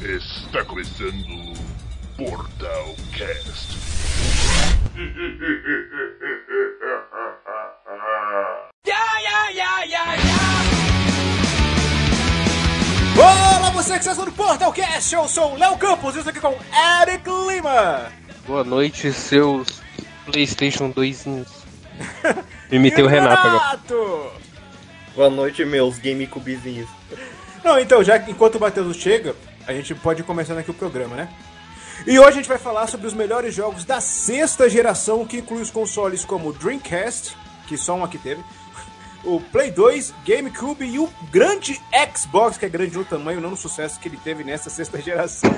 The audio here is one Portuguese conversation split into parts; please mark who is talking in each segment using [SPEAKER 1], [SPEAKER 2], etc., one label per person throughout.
[SPEAKER 1] Está começando o Portal Cast.
[SPEAKER 2] Olá, você que está no Portalcast, eu sou o Léo Campos e estou aqui com Eric Lima.
[SPEAKER 3] Boa noite, seus PlayStation 2. Imitei
[SPEAKER 2] E
[SPEAKER 3] o Renato agora.
[SPEAKER 2] Renato.
[SPEAKER 4] Boa noite, meus GameCubezinhos.
[SPEAKER 2] Não, então, já que enquanto o Matheus chega, a gente pode ir começando aqui o programa, né? E hoje a gente vai falar sobre os melhores jogos da sexta geração, que inclui os consoles como o Dreamcast, que só um aqui teve, o Play 2, GameCube e o grande Xbox, que é grande no tamanho, não no sucesso que ele teve nessa sexta geração.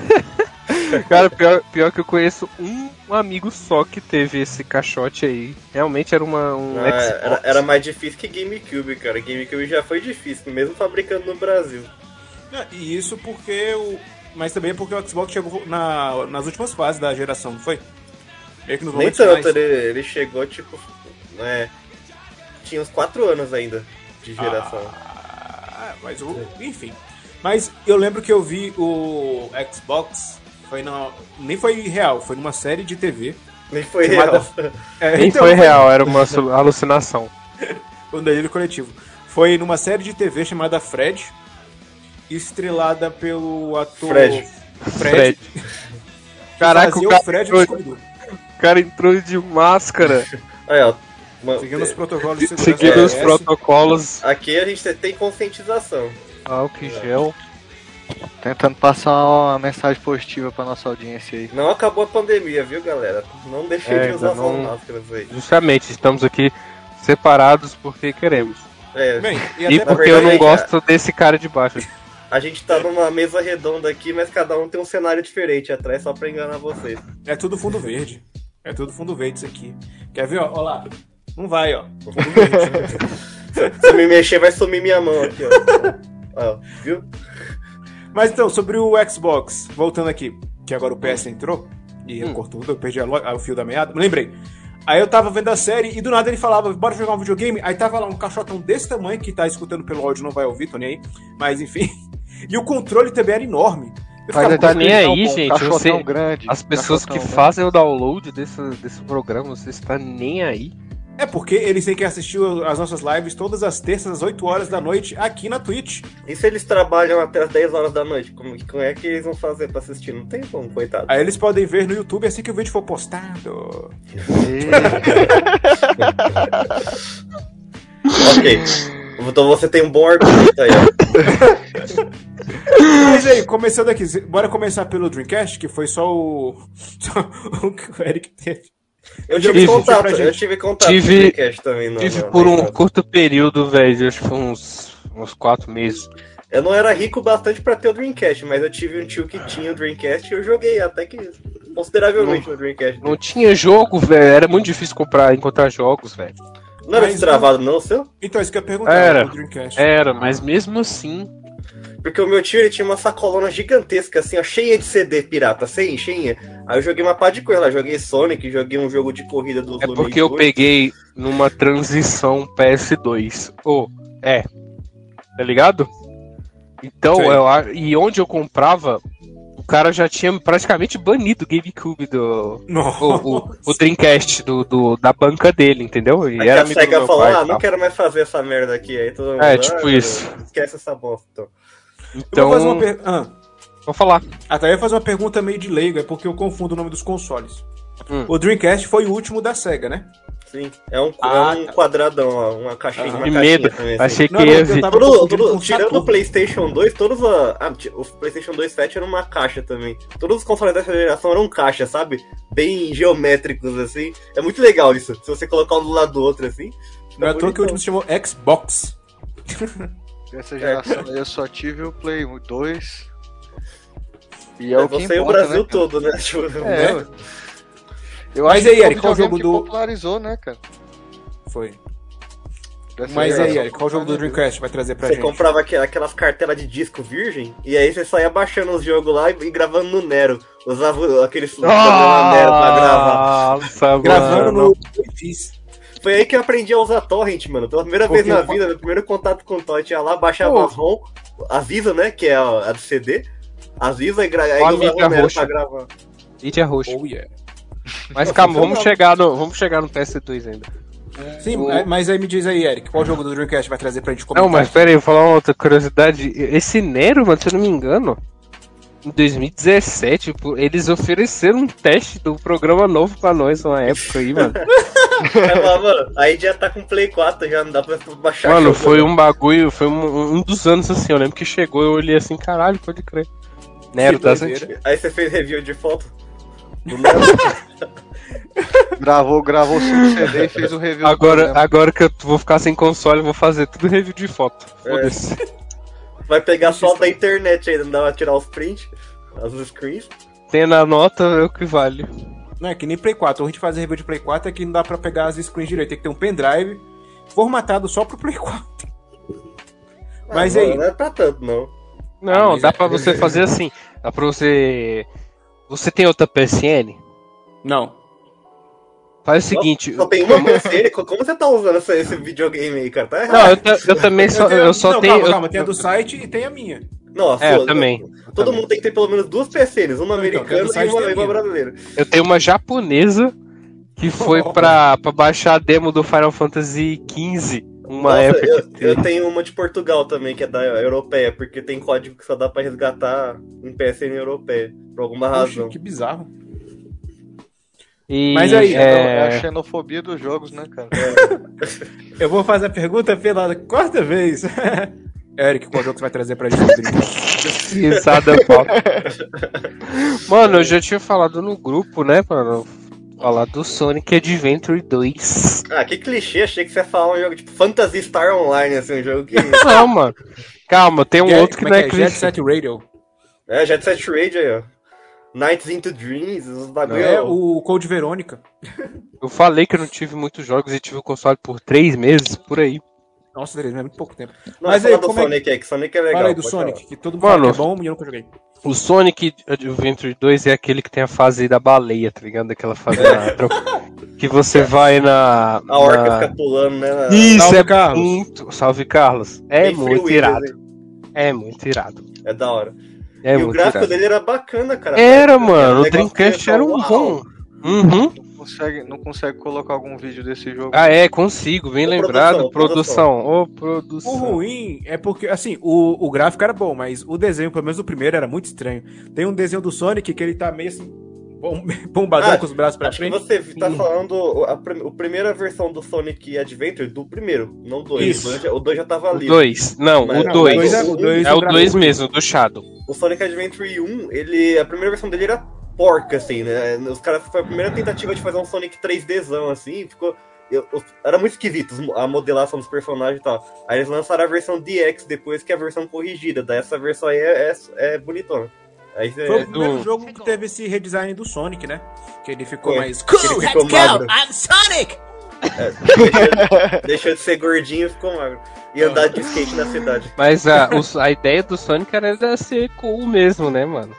[SPEAKER 3] Cara, pior, pior que eu conheço um amigo só que teve esse caixote aí. Realmente era uma, um
[SPEAKER 4] Ah,
[SPEAKER 3] Xbox.
[SPEAKER 4] era, era mais difícil que GameCube, cara. GameCube já foi difícil, mesmo fabricando no Brasil.
[SPEAKER 2] Ah, E isso porque o. Mas também porque o Xbox chegou na- nas últimas fases da geração, não foi? Meio que nos
[SPEAKER 4] Nem
[SPEAKER 2] momentos
[SPEAKER 4] tanto, né?
[SPEAKER 2] finais.
[SPEAKER 4] ele, ele chegou, tipo, né? Tinha uns 4 anos ainda de geração.
[SPEAKER 2] Ah, mas o. Enfim. Mas eu lembro que eu vi o Xbox. Foi na. Nem foi real, foi numa série de TV.
[SPEAKER 4] Nem foi
[SPEAKER 2] Chamada-
[SPEAKER 4] real.
[SPEAKER 2] É,
[SPEAKER 3] Nem
[SPEAKER 2] então,
[SPEAKER 3] foi real, era uma su- alucinação.
[SPEAKER 2] O delírio coletivo. Foi numa série de TV chamada Fred. Estrelada pelo ator.
[SPEAKER 4] Fred.
[SPEAKER 2] Fred.
[SPEAKER 3] Caraca, o
[SPEAKER 2] fazia
[SPEAKER 3] cara,
[SPEAKER 2] o Fred do
[SPEAKER 3] entrou,
[SPEAKER 2] Scooby-Doo,
[SPEAKER 3] o cara entrou de máscara,
[SPEAKER 4] Aí, ó. uma-
[SPEAKER 2] Seguindo os protocolos de segurança.
[SPEAKER 3] seguindo
[SPEAKER 2] da
[SPEAKER 3] os
[SPEAKER 2] OS.
[SPEAKER 3] protocolos,
[SPEAKER 4] Aqui a gente tem conscientização.
[SPEAKER 3] álcool e gel.
[SPEAKER 5] Tentando passar uma mensagem positiva pra nossa audiência aí.
[SPEAKER 4] Não acabou a pandemia, viu, galera? Não deixei
[SPEAKER 3] É,
[SPEAKER 4] de
[SPEAKER 3] ainda
[SPEAKER 4] usar
[SPEAKER 3] não-
[SPEAKER 4] suas máscaras aí.
[SPEAKER 3] Justamente, estamos aqui separados porque queremos.
[SPEAKER 4] É,
[SPEAKER 2] Bem, e
[SPEAKER 3] E
[SPEAKER 2] até
[SPEAKER 3] porque eu
[SPEAKER 4] verdade,
[SPEAKER 3] não
[SPEAKER 4] é-
[SPEAKER 3] gosto desse cara de baixo.
[SPEAKER 4] a gente tá numa mesa redonda aqui, mas cada um tem um cenário diferente atrás só pra enganar vocês.
[SPEAKER 2] É tudo fundo verde. É tudo fundo verde isso aqui. Quer ver, ó? Ó lá. Não vai, ó.
[SPEAKER 4] Se eu me mexer, vai sumir minha mão aqui, ó. Ó, viu?
[SPEAKER 2] Mas então, sobre o Xbox, voltando aqui, que agora o PS entrou, e eu corto tudo, eu perdi a lo- ah, o fio da meada, mas lembrei. Aí eu tava vendo a série e do nada ele falava, bora jogar um videogame. Aí tava lá um caixotão desse tamanho que tá escutando pelo áudio, não vai ouvir, tô nem aí. Mas enfim. E o controle também era enorme. Eu
[SPEAKER 3] Mas
[SPEAKER 2] ficava,
[SPEAKER 3] tá nem
[SPEAKER 5] Não,
[SPEAKER 3] aí,
[SPEAKER 5] pô, um
[SPEAKER 3] gente,
[SPEAKER 5] Caixotão
[SPEAKER 3] você-
[SPEAKER 5] grande.
[SPEAKER 3] As pessoas que
[SPEAKER 5] caixotão
[SPEAKER 3] fazem o download desse, desse programa, você está nem aí.
[SPEAKER 2] É porque eles têm que assistir as nossas lives todas as terças, às 8 horas da noite, aqui na Twitch.
[SPEAKER 4] E se eles trabalham até as 10 horas da noite? Como, como é que eles vão fazer pra assistir? Não tem como, coitado.
[SPEAKER 2] Aí eles podem ver no YouTube assim que o vídeo for postado.
[SPEAKER 3] É,
[SPEAKER 5] grande.
[SPEAKER 4] ok. Então você tem um bom argumento aí, ó.
[SPEAKER 2] Mas aí, começando aqui, bora começar pelo Dreamcast, que foi só o. Só o que o Eric teve.
[SPEAKER 4] Eu
[SPEAKER 2] Já
[SPEAKER 4] tive
[SPEAKER 2] tive
[SPEAKER 4] contato,
[SPEAKER 2] pra gente.
[SPEAKER 4] eu tive contato
[SPEAKER 3] Tive-
[SPEAKER 4] com o podcast também, não.
[SPEAKER 3] Tive
[SPEAKER 4] não,
[SPEAKER 3] por
[SPEAKER 4] não, é
[SPEAKER 3] um
[SPEAKER 4] não.
[SPEAKER 3] curto período, velho, acho que foi uns, uns quatro meses.
[SPEAKER 4] Eu não era rico bastante pra ter o Dreamcast, mas eu tive um tio que tinha o Dreamcast e eu joguei até que consideravelmente o Dreamcast.
[SPEAKER 3] Não tinha jogo, velho, era muito difícil comprar, encontrar jogos, velho.
[SPEAKER 4] Não era
[SPEAKER 2] Mas
[SPEAKER 4] destravado, não, o seu?
[SPEAKER 2] Então, isso que eu ia perguntar
[SPEAKER 3] Era. É,
[SPEAKER 2] o Dreamcast.
[SPEAKER 3] Era, mas mesmo assim,
[SPEAKER 4] Porque o meu tio ele tinha uma sacolona gigantesca, assim, ó, cheia de CD pirata, sem cheinha. Aí eu joguei uma pá de coisa lá, joguei Sonic, joguei um jogo de corrida do
[SPEAKER 3] é
[SPEAKER 4] Looney
[SPEAKER 3] porque eu
[SPEAKER 4] Tunes.
[SPEAKER 3] peguei numa transição PS2. Ou, é, tá ligado? Então,
[SPEAKER 2] Sei.
[SPEAKER 3] eu, a- e onde eu comprava, o cara já tinha praticamente banido o GameCube do,
[SPEAKER 2] Nossa.
[SPEAKER 3] o, o, o Dreamcast do, do- da banca dele, entendeu? E
[SPEAKER 4] Aí
[SPEAKER 3] era
[SPEAKER 4] a
[SPEAKER 3] amigo do
[SPEAKER 4] SEGA
[SPEAKER 3] meu
[SPEAKER 4] falou,
[SPEAKER 3] pai. e
[SPEAKER 4] ah,
[SPEAKER 3] tal.
[SPEAKER 4] não quero mais fazer essa merda aqui. Aí todo mundo,
[SPEAKER 3] É, tipo
[SPEAKER 4] "Ah,
[SPEAKER 3] isso.
[SPEAKER 4] Esquece essa bosta. então."
[SPEAKER 2] Eu
[SPEAKER 3] Então,
[SPEAKER 2] vou fazer uma per... ah,
[SPEAKER 3] vou falar.
[SPEAKER 2] até eu ia fazer uma pergunta meio de leigo, é porque eu confundo o nome dos consoles.
[SPEAKER 3] Hum.
[SPEAKER 2] O Dreamcast foi o último da SEGA, né?
[SPEAKER 4] Sim, é um,
[SPEAKER 2] Ah,
[SPEAKER 4] é um
[SPEAKER 2] tá.
[SPEAKER 4] quadradão, ó, uma caixinha.
[SPEAKER 2] Ah,
[SPEAKER 4] uma
[SPEAKER 3] que
[SPEAKER 4] caixinha
[SPEAKER 3] medo.
[SPEAKER 4] também, assim.
[SPEAKER 3] Achei
[SPEAKER 2] Não,
[SPEAKER 3] que
[SPEAKER 2] não,
[SPEAKER 3] ia
[SPEAKER 2] eu
[SPEAKER 3] vir.
[SPEAKER 2] tava
[SPEAKER 4] Tudo,
[SPEAKER 2] confundindo com
[SPEAKER 4] tudo,
[SPEAKER 2] o
[SPEAKER 4] tirando o
[SPEAKER 2] Saturno.
[SPEAKER 4] PlayStation 2, todos a, ah, ti- o PlayStation 2 Fat era uma caixa também. Todos os consoles dessa geração eram caixa, sabe? Bem geométricos assim. É muito legal isso. Se você colocar um do lado do outro assim.
[SPEAKER 2] Não é à toa que o
[SPEAKER 4] bonitão.
[SPEAKER 2] último se chamou Xbox. É.
[SPEAKER 5] Dessa geração aí eu só tive o Play 2. E é
[SPEAKER 4] É
[SPEAKER 5] o que
[SPEAKER 4] você e o
[SPEAKER 5] importa,
[SPEAKER 4] Brasil
[SPEAKER 5] né, cara?
[SPEAKER 4] todo, né? Tipo,
[SPEAKER 5] É,
[SPEAKER 4] né?
[SPEAKER 5] ué. eu
[SPEAKER 2] Mas
[SPEAKER 5] acho
[SPEAKER 2] aí,
[SPEAKER 5] que foi
[SPEAKER 2] Eric, qual o
[SPEAKER 5] videogame
[SPEAKER 2] jogo
[SPEAKER 5] que
[SPEAKER 2] do-
[SPEAKER 5] popularizou, né, cara?
[SPEAKER 2] Foi.
[SPEAKER 5] Dessa
[SPEAKER 2] Mas e aí,
[SPEAKER 5] geração.
[SPEAKER 2] Eric, qual o jogo do Dreamcast vai trazer pra
[SPEAKER 4] é Você
[SPEAKER 2] gente?
[SPEAKER 4] comprava aquela- aquelas cartelas de disco virgem, e aí você saía baixando os jogos lá e, e gravando no Nero. Usava aquele
[SPEAKER 2] Ah!
[SPEAKER 4] programa Nero pra gravar.
[SPEAKER 3] Nossa, mano.
[SPEAKER 2] Gravando no Fiz.
[SPEAKER 4] Foi aí que eu aprendi a usar torrent, mano. Pela primeira vez
[SPEAKER 2] Porque
[SPEAKER 4] na
[SPEAKER 2] eu-
[SPEAKER 4] vida, meu primeiro contato com torrent, ia lá, baixava
[SPEAKER 3] Pô.
[SPEAKER 4] a ROM, a Visa, né, que é a, a do CD, Avisa e gra...
[SPEAKER 3] Ó,
[SPEAKER 4] aí usa
[SPEAKER 3] mídia
[SPEAKER 4] Romero tá
[SPEAKER 3] roxa.
[SPEAKER 4] pra gravar.
[SPEAKER 3] Mídia roxa.
[SPEAKER 6] Oh, yeah.
[SPEAKER 3] é Mas calma, vamos chegar, no, vamos chegar no PS2 ainda.
[SPEAKER 2] Sim,
[SPEAKER 3] O-
[SPEAKER 2] mas- mas aí me diz aí, Eric, qual jogo do Dreamcast vai trazer pra gente comentar?
[SPEAKER 6] tá
[SPEAKER 3] Não, mas pera aí, vou falar uma outra curiosidade. Esse Nero, mano, se eu não me engano, em 2017, tipo, eles ofereceram um teste do programa novo pra nós uma época aí, mano.
[SPEAKER 4] Aí, fala, mano, aí já tá com Play 4, já não dá pra baixar.
[SPEAKER 3] Mano,
[SPEAKER 4] jogo,
[SPEAKER 3] foi um bagulho, foi um, um dos anos assim, eu lembro que chegou, eu olhei assim, caralho, pode crer. Nero,
[SPEAKER 2] Que
[SPEAKER 3] tá
[SPEAKER 2] doideira.
[SPEAKER 3] sentindo?
[SPEAKER 4] Aí você fez review de foto.
[SPEAKER 5] Gravou, gravou 5 CD e fez o
[SPEAKER 2] Né?
[SPEAKER 5] review. né?
[SPEAKER 3] Agora, agora que eu vou ficar sem console, eu vou fazer tudo review de foto.
[SPEAKER 2] É.
[SPEAKER 3] Foda-se.
[SPEAKER 4] Vai pegar foto da internet ainda, não dá pra tirar os prints, as screens.
[SPEAKER 3] Tem na nota, é o que vale.
[SPEAKER 2] Não, é que nem Play 4. A gente faz review de Play 4 é que não dá pra pegar as screens direito. Tem que ter um pendrive formatado só pro Play 4. Mas
[SPEAKER 4] Ah,
[SPEAKER 2] aí-
[SPEAKER 4] mano, Não é pra tanto, não.
[SPEAKER 3] Não,
[SPEAKER 2] Ah, mas
[SPEAKER 3] dá
[SPEAKER 2] é-
[SPEAKER 3] pra você fazer assim. Dá pra você. Você tem outra PSN?
[SPEAKER 2] Não.
[SPEAKER 3] Faz o seguinte.
[SPEAKER 4] Só tem uma PC, co- como você tá usando essa- esse videogame aí, cara? Tá errado.
[SPEAKER 3] Não, eu, ta- eu também só. Eu,
[SPEAKER 2] tenho-
[SPEAKER 3] só
[SPEAKER 2] não,
[SPEAKER 3] tenho.
[SPEAKER 2] Calma,
[SPEAKER 3] eu-
[SPEAKER 2] calma. Tem a do site e tem a minha.
[SPEAKER 4] Não, a
[SPEAKER 3] É,
[SPEAKER 4] sua-
[SPEAKER 3] eu também. eu
[SPEAKER 4] Todo
[SPEAKER 3] também.
[SPEAKER 4] mundo tem que ter pelo menos duas PCs, uma
[SPEAKER 2] tem
[SPEAKER 4] americana
[SPEAKER 2] do site
[SPEAKER 4] e uma,
[SPEAKER 2] tem
[SPEAKER 4] e uma
[SPEAKER 2] a minha.
[SPEAKER 4] brasileira.
[SPEAKER 3] Eu tenho uma japonesa que foi pra, pra baixar a demo do Final Fantasy XV. Uma
[SPEAKER 4] Nossa,
[SPEAKER 3] época
[SPEAKER 4] eu,
[SPEAKER 3] que
[SPEAKER 4] eu
[SPEAKER 3] teve.
[SPEAKER 4] tenho uma de Portugal também, que é da europeia, porque tem código que só dá pra resgatar um em PSN europeia, por alguma
[SPEAKER 3] Ah,
[SPEAKER 2] Poxa,
[SPEAKER 4] razão.
[SPEAKER 2] que bizarro.
[SPEAKER 3] E,
[SPEAKER 2] Mas aí, então,
[SPEAKER 5] É...
[SPEAKER 3] é,
[SPEAKER 5] a xenofobia dos jogos, né, cara?
[SPEAKER 4] É.
[SPEAKER 2] Eu vou fazer a pergunta pela quarta vez. Eric, qual jogo você vai trazer pra gente? do Dreamcast?
[SPEAKER 3] Risada pop. Mano, eu já tinha falado no grupo, né, mano? Falar do Sonic Adventure 2.
[SPEAKER 4] Ah, que clichê, achei que você ia falar um jogo tipo Phantasy Star Online, assim, um jogo que.
[SPEAKER 3] Não, mano. Calma, tem um
[SPEAKER 2] Jet-
[SPEAKER 3] outro que
[SPEAKER 2] como
[SPEAKER 3] não é
[SPEAKER 2] que Jet
[SPEAKER 3] clichê.
[SPEAKER 2] Set Radio.
[SPEAKER 4] é, Jet Set Radio aí, ó. Nights into Dreams, os bagulho.
[SPEAKER 2] É o Code Verônica.
[SPEAKER 3] Eu falei que eu não tive muitos jogos e tive o console por três meses, por aí.
[SPEAKER 2] Nossa, Tereza, é muito pouco tempo.
[SPEAKER 4] Não,
[SPEAKER 2] mas
[SPEAKER 4] mas aí,
[SPEAKER 2] aí,
[SPEAKER 4] do
[SPEAKER 2] como é que-
[SPEAKER 4] Sonic aí, que Sonic é legal.
[SPEAKER 2] Fala aí do
[SPEAKER 4] pode
[SPEAKER 2] Sonic,
[SPEAKER 4] falar.
[SPEAKER 2] que todo mundo
[SPEAKER 3] Mano,
[SPEAKER 2] fala que é bom e eu nunca joguei.
[SPEAKER 3] O Sonic Adventure 2 é aquele que tem a fase da baleia, tá ligado? Daquela fase da tro- que você vai na.
[SPEAKER 4] A orca
[SPEAKER 3] na-
[SPEAKER 4] fica pulando, né? na-
[SPEAKER 3] Isso
[SPEAKER 2] Salve,
[SPEAKER 3] é
[SPEAKER 2] Carlos.
[SPEAKER 3] muito. Salve Carlos. É
[SPEAKER 4] Tem Free
[SPEAKER 3] muito
[SPEAKER 4] Willy,
[SPEAKER 3] irado.
[SPEAKER 4] né?
[SPEAKER 3] É muito irado.
[SPEAKER 4] É da hora.
[SPEAKER 3] É
[SPEAKER 4] e o
[SPEAKER 3] muito
[SPEAKER 4] gráfico
[SPEAKER 3] irado.
[SPEAKER 4] dele era bacana, cara.
[SPEAKER 3] Era,
[SPEAKER 4] Era
[SPEAKER 3] mano.
[SPEAKER 4] um
[SPEAKER 3] O
[SPEAKER 4] negócio
[SPEAKER 3] Dreamcast
[SPEAKER 4] que eu
[SPEAKER 3] era
[SPEAKER 4] ia
[SPEAKER 3] um
[SPEAKER 4] falar,
[SPEAKER 3] bom. Uhum.
[SPEAKER 5] Não consegue, não consegue colocar algum vídeo desse jogo.
[SPEAKER 3] Ah, é, consigo, bem
[SPEAKER 4] Ô,
[SPEAKER 3] lembrado. Produção,
[SPEAKER 4] produção,
[SPEAKER 3] ô
[SPEAKER 2] O
[SPEAKER 3] produção.
[SPEAKER 2] ruim é porque, assim, o, o gráfico era bom, mas o desenho, pelo menos o primeiro, era muito estranho. Tem um desenho do Sonic que ele tá meio assim, bom- bombadão
[SPEAKER 4] Ah,
[SPEAKER 2] com os braços pra
[SPEAKER 4] Acho que
[SPEAKER 2] frente.
[SPEAKER 4] você tá
[SPEAKER 2] Hum.
[SPEAKER 4] falando a, prim- a primeira versão do Sonic Adventure, do primeiro, não dois.
[SPEAKER 2] Isso.
[SPEAKER 4] O dois já- O dois já tava
[SPEAKER 3] O
[SPEAKER 4] ali.
[SPEAKER 3] 2. Não,
[SPEAKER 4] Mas-
[SPEAKER 3] o
[SPEAKER 4] Não,
[SPEAKER 2] mas
[SPEAKER 3] 2.
[SPEAKER 2] é- o dois
[SPEAKER 3] É o
[SPEAKER 2] gráfico-
[SPEAKER 3] 2 mesmo, do Shadow.
[SPEAKER 4] O Sonic Adventure 1, ele, a primeira versão dele era porca, assim, né? Os caras, foi a primeira tentativa de fazer um Sonic 3Dzão, assim, ficou... eu- eu- era muito esquisito os mo- a modelação dos personagens e tal. Aí eles lançaram a versão DX depois, que é a versão corrigida. Daí essa versão aí é, é, é bonitona. Aí você...
[SPEAKER 2] Foi
[SPEAKER 3] É,
[SPEAKER 2] o primeiro
[SPEAKER 3] do-
[SPEAKER 2] jogo que teve esse redesign do Sonic, né? Que ele ficou
[SPEAKER 4] Foi.
[SPEAKER 2] mais.
[SPEAKER 4] Ele ficou magro.
[SPEAKER 2] I'm Sonic!
[SPEAKER 4] Deixou de ser gordinho e ficou magro. E andar de skate na cidade.
[SPEAKER 3] Mas a, o- a ideia do Sonic era de ser cool mesmo, né, mano?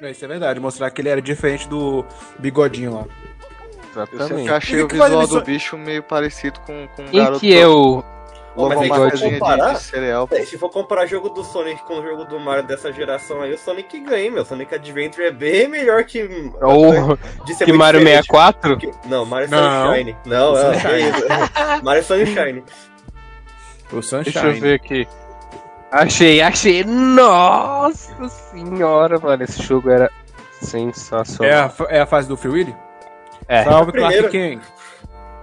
[SPEAKER 2] É, Isso é verdade, mostrar que ele era diferente do bigodinho lá.
[SPEAKER 5] Eu sempre
[SPEAKER 3] Exatamente.
[SPEAKER 5] achei
[SPEAKER 2] E
[SPEAKER 5] o
[SPEAKER 2] que vale
[SPEAKER 5] visual
[SPEAKER 2] isso-
[SPEAKER 5] do bicho meio parecido com, com um
[SPEAKER 3] Quem
[SPEAKER 5] garoto
[SPEAKER 3] que é o.
[SPEAKER 5] logo
[SPEAKER 4] Mas aí, se
[SPEAKER 5] uma
[SPEAKER 4] for
[SPEAKER 5] marcazinha de,
[SPEAKER 4] comparar-
[SPEAKER 5] de cereal.
[SPEAKER 4] É, se for comparar jogo do Sonic com o jogo do Mario dessa geração aí, o Sonic ganha, meu. Sonic Adventure é bem melhor que.
[SPEAKER 3] Ou
[SPEAKER 4] de ser
[SPEAKER 3] É que
[SPEAKER 4] muito
[SPEAKER 3] Mario
[SPEAKER 4] diferente.
[SPEAKER 3] 64?
[SPEAKER 4] Que- Não, Mario
[SPEAKER 2] Não.
[SPEAKER 4] Sunshine. Não, não, que isso. Mario Sunshine.
[SPEAKER 2] O Sunshine.
[SPEAKER 3] Deixa eu ver aqui. Achei, achei. Nossa senhora, mano. Esse jogo era
[SPEAKER 2] É
[SPEAKER 3] sensacional.
[SPEAKER 2] a, fa- é a fase do Free Willy?
[SPEAKER 3] então. É.
[SPEAKER 2] Salve, Clark
[SPEAKER 4] Primeiro.
[SPEAKER 2] Kent.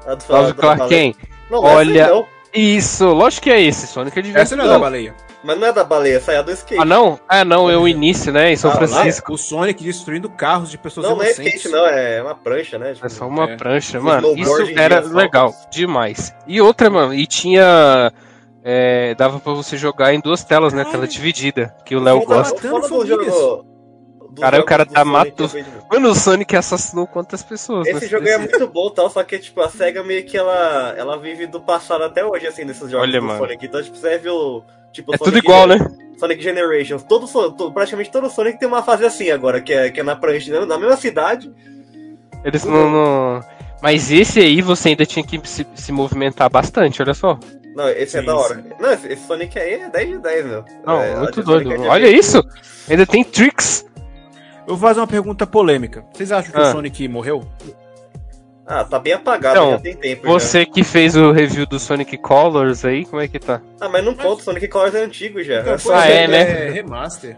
[SPEAKER 4] A do- a
[SPEAKER 3] Salve
[SPEAKER 4] do-
[SPEAKER 3] Clark Kent.
[SPEAKER 4] Não, não é
[SPEAKER 3] Olha-
[SPEAKER 4] essa aí, não.
[SPEAKER 3] Isso, lógico que é esse, Sonic Adventure.
[SPEAKER 2] Essa não é da baleia.
[SPEAKER 4] Mas não é da baleia, essa é a do skate.
[SPEAKER 3] Ah, não? Ah, não, é o início, né? Em São
[SPEAKER 4] Ah, lá é.
[SPEAKER 3] Francisco.
[SPEAKER 2] O Sonic destruindo carros de pessoas
[SPEAKER 4] não, não é
[SPEAKER 2] inocentes.
[SPEAKER 4] skate, não, é uma prancha, né?
[SPEAKER 3] É só uma
[SPEAKER 2] É.
[SPEAKER 3] prancha, mano. Isso
[SPEAKER 4] Snowboard em
[SPEAKER 3] era
[SPEAKER 4] direção.
[SPEAKER 3] legal demais. E outra, mano, e tinha. é, dava pra você jogar em duas telas, né? Tela dividida, que o Léo
[SPEAKER 4] Foda-
[SPEAKER 3] gosta.
[SPEAKER 2] matando
[SPEAKER 4] foda do
[SPEAKER 2] famílias.
[SPEAKER 4] jogo- do
[SPEAKER 3] Caralho, o
[SPEAKER 4] jogo
[SPEAKER 3] cara
[SPEAKER 4] do
[SPEAKER 3] tá
[SPEAKER 4] Sonic
[SPEAKER 3] matou.
[SPEAKER 4] Adventure.
[SPEAKER 3] Mano, o Sonic assassinou quantas pessoas?
[SPEAKER 4] Esse
[SPEAKER 3] nesse-
[SPEAKER 4] jogo é
[SPEAKER 3] nesse-
[SPEAKER 4] muito bom, tal, só que tipo, a SEGA meio que ela, ela vive do passado até hoje, assim, desses jogos
[SPEAKER 3] Olha,
[SPEAKER 4] do
[SPEAKER 3] mano.
[SPEAKER 4] Sonic. Então, tipo, você vê o. Tipo,
[SPEAKER 3] É
[SPEAKER 4] Sonic
[SPEAKER 3] tudo igual, né?
[SPEAKER 4] Sonic Generations. Todo, Son- to- praticamente todo Sonic tem uma fase assim agora, que é, que é na prancha, né? na mesma cidade.
[SPEAKER 3] Eles não. não- Mas esse aí você ainda tinha que se, se movimentar bastante, olha só.
[SPEAKER 4] Não, esse é
[SPEAKER 2] Sim,
[SPEAKER 4] da hora.
[SPEAKER 2] sim.
[SPEAKER 4] Não, esse esse Sonic aí é 10 de 10, meu.
[SPEAKER 3] Não,
[SPEAKER 4] É,
[SPEAKER 3] muito
[SPEAKER 4] o Sonic
[SPEAKER 3] doido.
[SPEAKER 4] é de
[SPEAKER 3] Olha
[SPEAKER 4] vez.
[SPEAKER 3] isso! Ainda tem tricks.
[SPEAKER 2] Eu vou fazer uma pergunta polêmica. Vocês acham que
[SPEAKER 3] Ah.
[SPEAKER 2] o Sonic morreu?
[SPEAKER 4] Ah, tá bem apagado,
[SPEAKER 3] Então,
[SPEAKER 4] já tem tempo.
[SPEAKER 3] Você que fez o review do Sonic Colors aí, como é que tá?
[SPEAKER 4] já. Ah, mas não conta, o Sonic Colors é antigo já.
[SPEAKER 2] Então,
[SPEAKER 4] É só-
[SPEAKER 3] Ah, é, né?
[SPEAKER 2] remaster.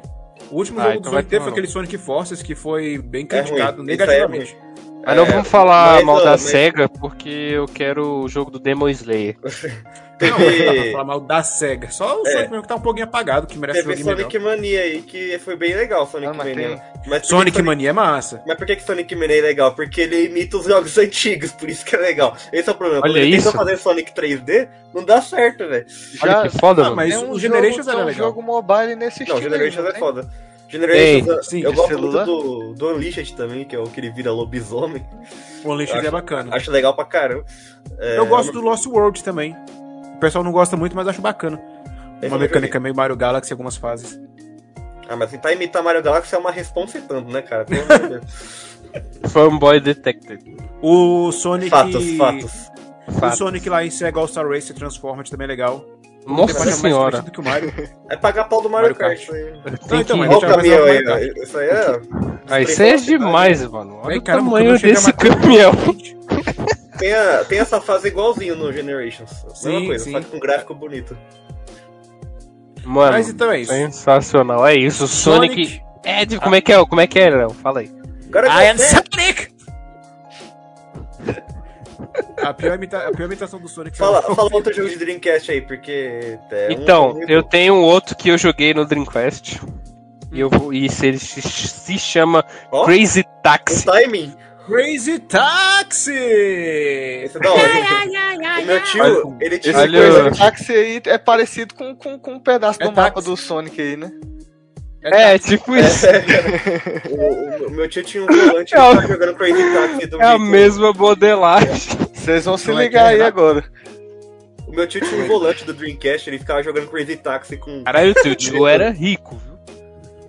[SPEAKER 2] O último
[SPEAKER 3] Ah,
[SPEAKER 2] jogo
[SPEAKER 3] então
[SPEAKER 2] do
[SPEAKER 3] vai
[SPEAKER 2] Sonic teve
[SPEAKER 3] tomar
[SPEAKER 2] foi aquele Sonic Forces que foi bem
[SPEAKER 4] ruim,
[SPEAKER 2] criticado
[SPEAKER 4] isso aí é
[SPEAKER 2] negativamente.
[SPEAKER 3] Mas não
[SPEAKER 4] É,
[SPEAKER 3] vamos falar
[SPEAKER 4] mas,
[SPEAKER 3] mal
[SPEAKER 4] ó,
[SPEAKER 3] da
[SPEAKER 4] mas-
[SPEAKER 3] SEGA, porque eu quero o jogo do Demon Slayer.
[SPEAKER 2] Não, não dá pra
[SPEAKER 4] Teve,
[SPEAKER 2] falar mal da SEGA. Só o
[SPEAKER 4] É.
[SPEAKER 2] Sonic mesmo que tá um pouquinho apagado, que merece um
[SPEAKER 4] teve
[SPEAKER 2] jogo melhor.
[SPEAKER 4] Sonic Mania aí, que foi bem legal, Sonic
[SPEAKER 5] Ah, mas
[SPEAKER 4] Mania.
[SPEAKER 5] tem-
[SPEAKER 4] Mas por que
[SPEAKER 2] Sonic Mania é massa.
[SPEAKER 4] Mas por que, que Sonic Mania é legal? Porque ele imita os jogos antigos, por isso que é legal. Esse é o problema.
[SPEAKER 3] Olha
[SPEAKER 4] Quando ele
[SPEAKER 3] isso.
[SPEAKER 4] tentou fazer Sonic 3D, não dá certo, velho.
[SPEAKER 5] Já
[SPEAKER 3] Olha que foda,
[SPEAKER 5] Ah,
[SPEAKER 3] mano.
[SPEAKER 2] mas
[SPEAKER 5] tem
[SPEAKER 2] o
[SPEAKER 5] um
[SPEAKER 2] Generations
[SPEAKER 5] jogo,
[SPEAKER 2] era
[SPEAKER 5] tem um
[SPEAKER 2] legal.
[SPEAKER 5] jogo mobile nesse
[SPEAKER 4] Não,
[SPEAKER 5] estilo.
[SPEAKER 4] Generations
[SPEAKER 5] aí,
[SPEAKER 4] é
[SPEAKER 5] não né?
[SPEAKER 4] foda. Generations,
[SPEAKER 2] sim,
[SPEAKER 4] eu
[SPEAKER 5] de
[SPEAKER 4] gosto
[SPEAKER 5] celular.
[SPEAKER 4] muito do, do Unleashed também, que é o que ele vira lobisomem.
[SPEAKER 2] O Unleashed
[SPEAKER 4] Acho-
[SPEAKER 2] é bacana.
[SPEAKER 4] Acho legal pra caramba. É,
[SPEAKER 2] Eu gosto do Lost World também. O pessoal não gosta muito, mas acho bacana.
[SPEAKER 4] Esse eu
[SPEAKER 2] Uma
[SPEAKER 4] não
[SPEAKER 2] mecânica meio Mario Galaxy em algumas fases.
[SPEAKER 4] é Ah, mas tentar imitar Mario Galaxy é uma responsa e tanto, né, cara? Pelo amor de Deus.
[SPEAKER 3] Fanboy Detected.
[SPEAKER 2] O Sonic.
[SPEAKER 4] fatos, fatos.
[SPEAKER 2] O Sonic lá em Sega All-Star Race e Transformers também é legal. Tem
[SPEAKER 3] Nossa
[SPEAKER 2] mais
[SPEAKER 3] senhora.
[SPEAKER 2] divertido que o Mario.
[SPEAKER 4] É pagar pau do Mario,
[SPEAKER 2] Mario
[SPEAKER 4] Kart.
[SPEAKER 2] Kart.
[SPEAKER 4] isso aí.
[SPEAKER 2] Não,
[SPEAKER 3] Tem
[SPEAKER 2] então,
[SPEAKER 3] que...
[SPEAKER 2] mas
[SPEAKER 4] Olha o
[SPEAKER 2] deixa eu
[SPEAKER 4] caminhão aí,
[SPEAKER 2] apresentar.
[SPEAKER 4] ó. isso aí é...
[SPEAKER 3] Ah, isso aí é demais, mano. Olha
[SPEAKER 2] Aí,
[SPEAKER 3] o
[SPEAKER 2] caramba, o caminhão
[SPEAKER 3] tamanho
[SPEAKER 2] chega
[SPEAKER 3] desse
[SPEAKER 2] a
[SPEAKER 3] caminhão.
[SPEAKER 4] Tem, a- tem essa fase igualzinho no Generations. Mesma
[SPEAKER 2] Sim,
[SPEAKER 4] coisa,
[SPEAKER 2] sim.
[SPEAKER 4] só que com gráfico bonito.
[SPEAKER 3] Mano,
[SPEAKER 2] Mas então é isso.
[SPEAKER 3] sensacional. É isso, Sonic... É, de- como é que é? Como é que é, Léo? Fala aí.
[SPEAKER 4] Agora
[SPEAKER 3] Ah,
[SPEAKER 4] que
[SPEAKER 3] é
[SPEAKER 4] eu sei-
[SPEAKER 2] Sonic! A pior, imita- a pior imitação do Sonic.
[SPEAKER 4] Fala, fala outro jogo de Dreamcast aí, porque. é um-
[SPEAKER 3] Então,
[SPEAKER 4] um-
[SPEAKER 3] eu tenho um outro que eu joguei no Dreamcast. E, eu, vou- e se ele se, se chama
[SPEAKER 4] Ó,
[SPEAKER 3] Crazy
[SPEAKER 4] o
[SPEAKER 3] Taxi.
[SPEAKER 4] timing!
[SPEAKER 2] Crazy Taxi!
[SPEAKER 4] Esse é da hora. o meu tio, ele
[SPEAKER 5] Esse
[SPEAKER 4] tinha.
[SPEAKER 3] Olha-
[SPEAKER 5] coisa de táxi aí é parecido com, com, com um pedaço
[SPEAKER 2] É
[SPEAKER 5] do mapa
[SPEAKER 2] táxi.
[SPEAKER 5] do Sonic aí, né?
[SPEAKER 3] É, tipo isso.
[SPEAKER 4] O, o meu tio tinha um volante
[SPEAKER 3] É
[SPEAKER 4] que
[SPEAKER 3] o-
[SPEAKER 4] tava jogando Crazy Taxi do
[SPEAKER 3] É a
[SPEAKER 4] Mickey.
[SPEAKER 3] mesma modelagem.
[SPEAKER 5] Vocês vão se
[SPEAKER 2] Como é que
[SPEAKER 5] ligar
[SPEAKER 2] é?
[SPEAKER 5] aí agora.
[SPEAKER 4] O meu tio tinha um volante do Dreamcast, ele ficava jogando Crazy Taxi com.
[SPEAKER 3] Caralho, teu tio era rico, viu?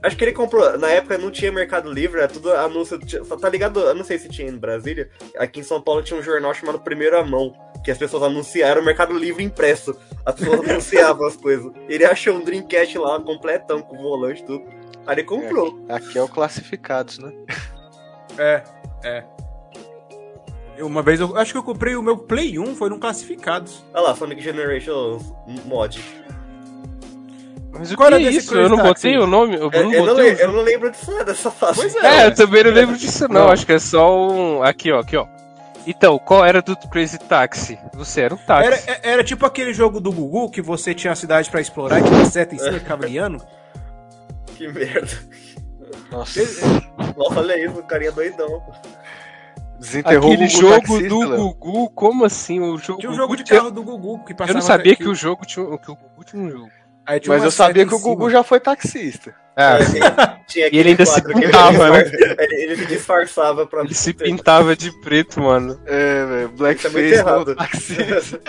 [SPEAKER 4] Acho que ele comprou. Na época não tinha Mercado Livre, era tudo anúncio. tinha- Só tá ligado? Eu não sei se tinha em Brasília. Aqui em São Paulo tinha um jornal chamado Primeira Mão, que as pessoas anunciaram o Mercado Livre impresso. As pessoas anunciavam as coisas. Ele achou um Dreamcast lá, completão, com volante e tudo. Aí ele comprou.
[SPEAKER 5] Aqui é o classificados, né?
[SPEAKER 2] É, é. Eu- Uma vez eu acho que eu comprei o meu Play 1, foi num Classificados.
[SPEAKER 4] Olha lá, Sonic Generations mod.
[SPEAKER 3] Mas o
[SPEAKER 2] Qual
[SPEAKER 3] que
[SPEAKER 2] era
[SPEAKER 3] é
[SPEAKER 2] desse É,
[SPEAKER 3] isso? Eu não
[SPEAKER 2] Crazy Taxi?
[SPEAKER 3] botei o nome? Eu não
[SPEAKER 4] Eu, eu não
[SPEAKER 3] botei
[SPEAKER 4] le- eu não lembro disso, né, dessa fase.
[SPEAKER 2] Pois
[SPEAKER 3] o... um É, eu
[SPEAKER 2] é.
[SPEAKER 3] também não lembro disso não.
[SPEAKER 2] Não.
[SPEAKER 3] Acho que é só um... Aqui, ó, aqui, ó. Então, qual era do Crazy Taxi? Você era um táxi.
[SPEAKER 2] Era, é- era tipo aquele jogo do Gugu que você tinha a cidade pra explorar, que você seta em
[SPEAKER 3] É.
[SPEAKER 2] cima e ficava guiando.
[SPEAKER 4] Que merda.
[SPEAKER 5] Nossa.
[SPEAKER 4] Nossa, olha isso, o carinha doidão.
[SPEAKER 5] Desenterrou
[SPEAKER 3] Aquele
[SPEAKER 5] o Gugu
[SPEAKER 3] jogo
[SPEAKER 5] taxista,
[SPEAKER 3] do
[SPEAKER 5] Léo.
[SPEAKER 3] Gugu, como assim? O jogo,
[SPEAKER 2] Tinha um
[SPEAKER 3] o
[SPEAKER 2] jogo
[SPEAKER 3] Gugu
[SPEAKER 2] de
[SPEAKER 3] tinha-
[SPEAKER 2] carro do Gugu que
[SPEAKER 3] Eu
[SPEAKER 2] passava.
[SPEAKER 3] não sabia que o jogo tinha um- que o Gugu tinha um jogo.
[SPEAKER 2] Aí tinha
[SPEAKER 5] Mas
[SPEAKER 2] uma
[SPEAKER 5] eu sabia
[SPEAKER 2] seta
[SPEAKER 5] que o
[SPEAKER 2] em cima.
[SPEAKER 5] Gugu já foi taxista.
[SPEAKER 3] Ah,
[SPEAKER 4] É, tinha- tinha
[SPEAKER 3] E ele
[SPEAKER 4] aquele
[SPEAKER 3] ainda se
[SPEAKER 4] quadro que ele
[SPEAKER 3] pintava, né?
[SPEAKER 4] disfar- Ele, ele se disfarçava pra.
[SPEAKER 3] ele se pintava de preto, mano.
[SPEAKER 5] É, velho. Blackface
[SPEAKER 4] Isso é muito
[SPEAKER 5] do
[SPEAKER 4] errado.
[SPEAKER 5] taxista.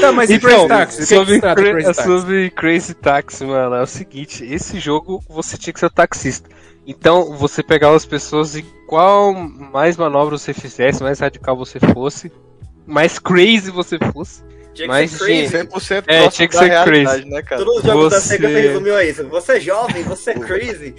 [SPEAKER 2] Tá, mas e Crazy Taxi? O que é que
[SPEAKER 3] Então, sobre,
[SPEAKER 2] se trata
[SPEAKER 3] Cra-
[SPEAKER 2] Crazy Taxi?
[SPEAKER 3] sobre Crazy Taxi, mano, é o seguinte, esse jogo você tinha que ser taxista. Então, você pegava as pessoas e qual mais manobra você fizesse, mais radical você fosse, mais crazy você fosse.
[SPEAKER 4] Tinha que
[SPEAKER 3] Mas,
[SPEAKER 4] ser crazy.
[SPEAKER 3] gente,
[SPEAKER 5] 100%
[SPEAKER 3] É,
[SPEAKER 5] próximo
[SPEAKER 3] tinha que
[SPEAKER 5] da
[SPEAKER 3] ser
[SPEAKER 5] realidade,
[SPEAKER 3] crazy.
[SPEAKER 5] né, cara?
[SPEAKER 4] Todos os jogos da
[SPEAKER 3] Você-
[SPEAKER 4] SEGA resumiu a isso. Você é jovem, você é crazy.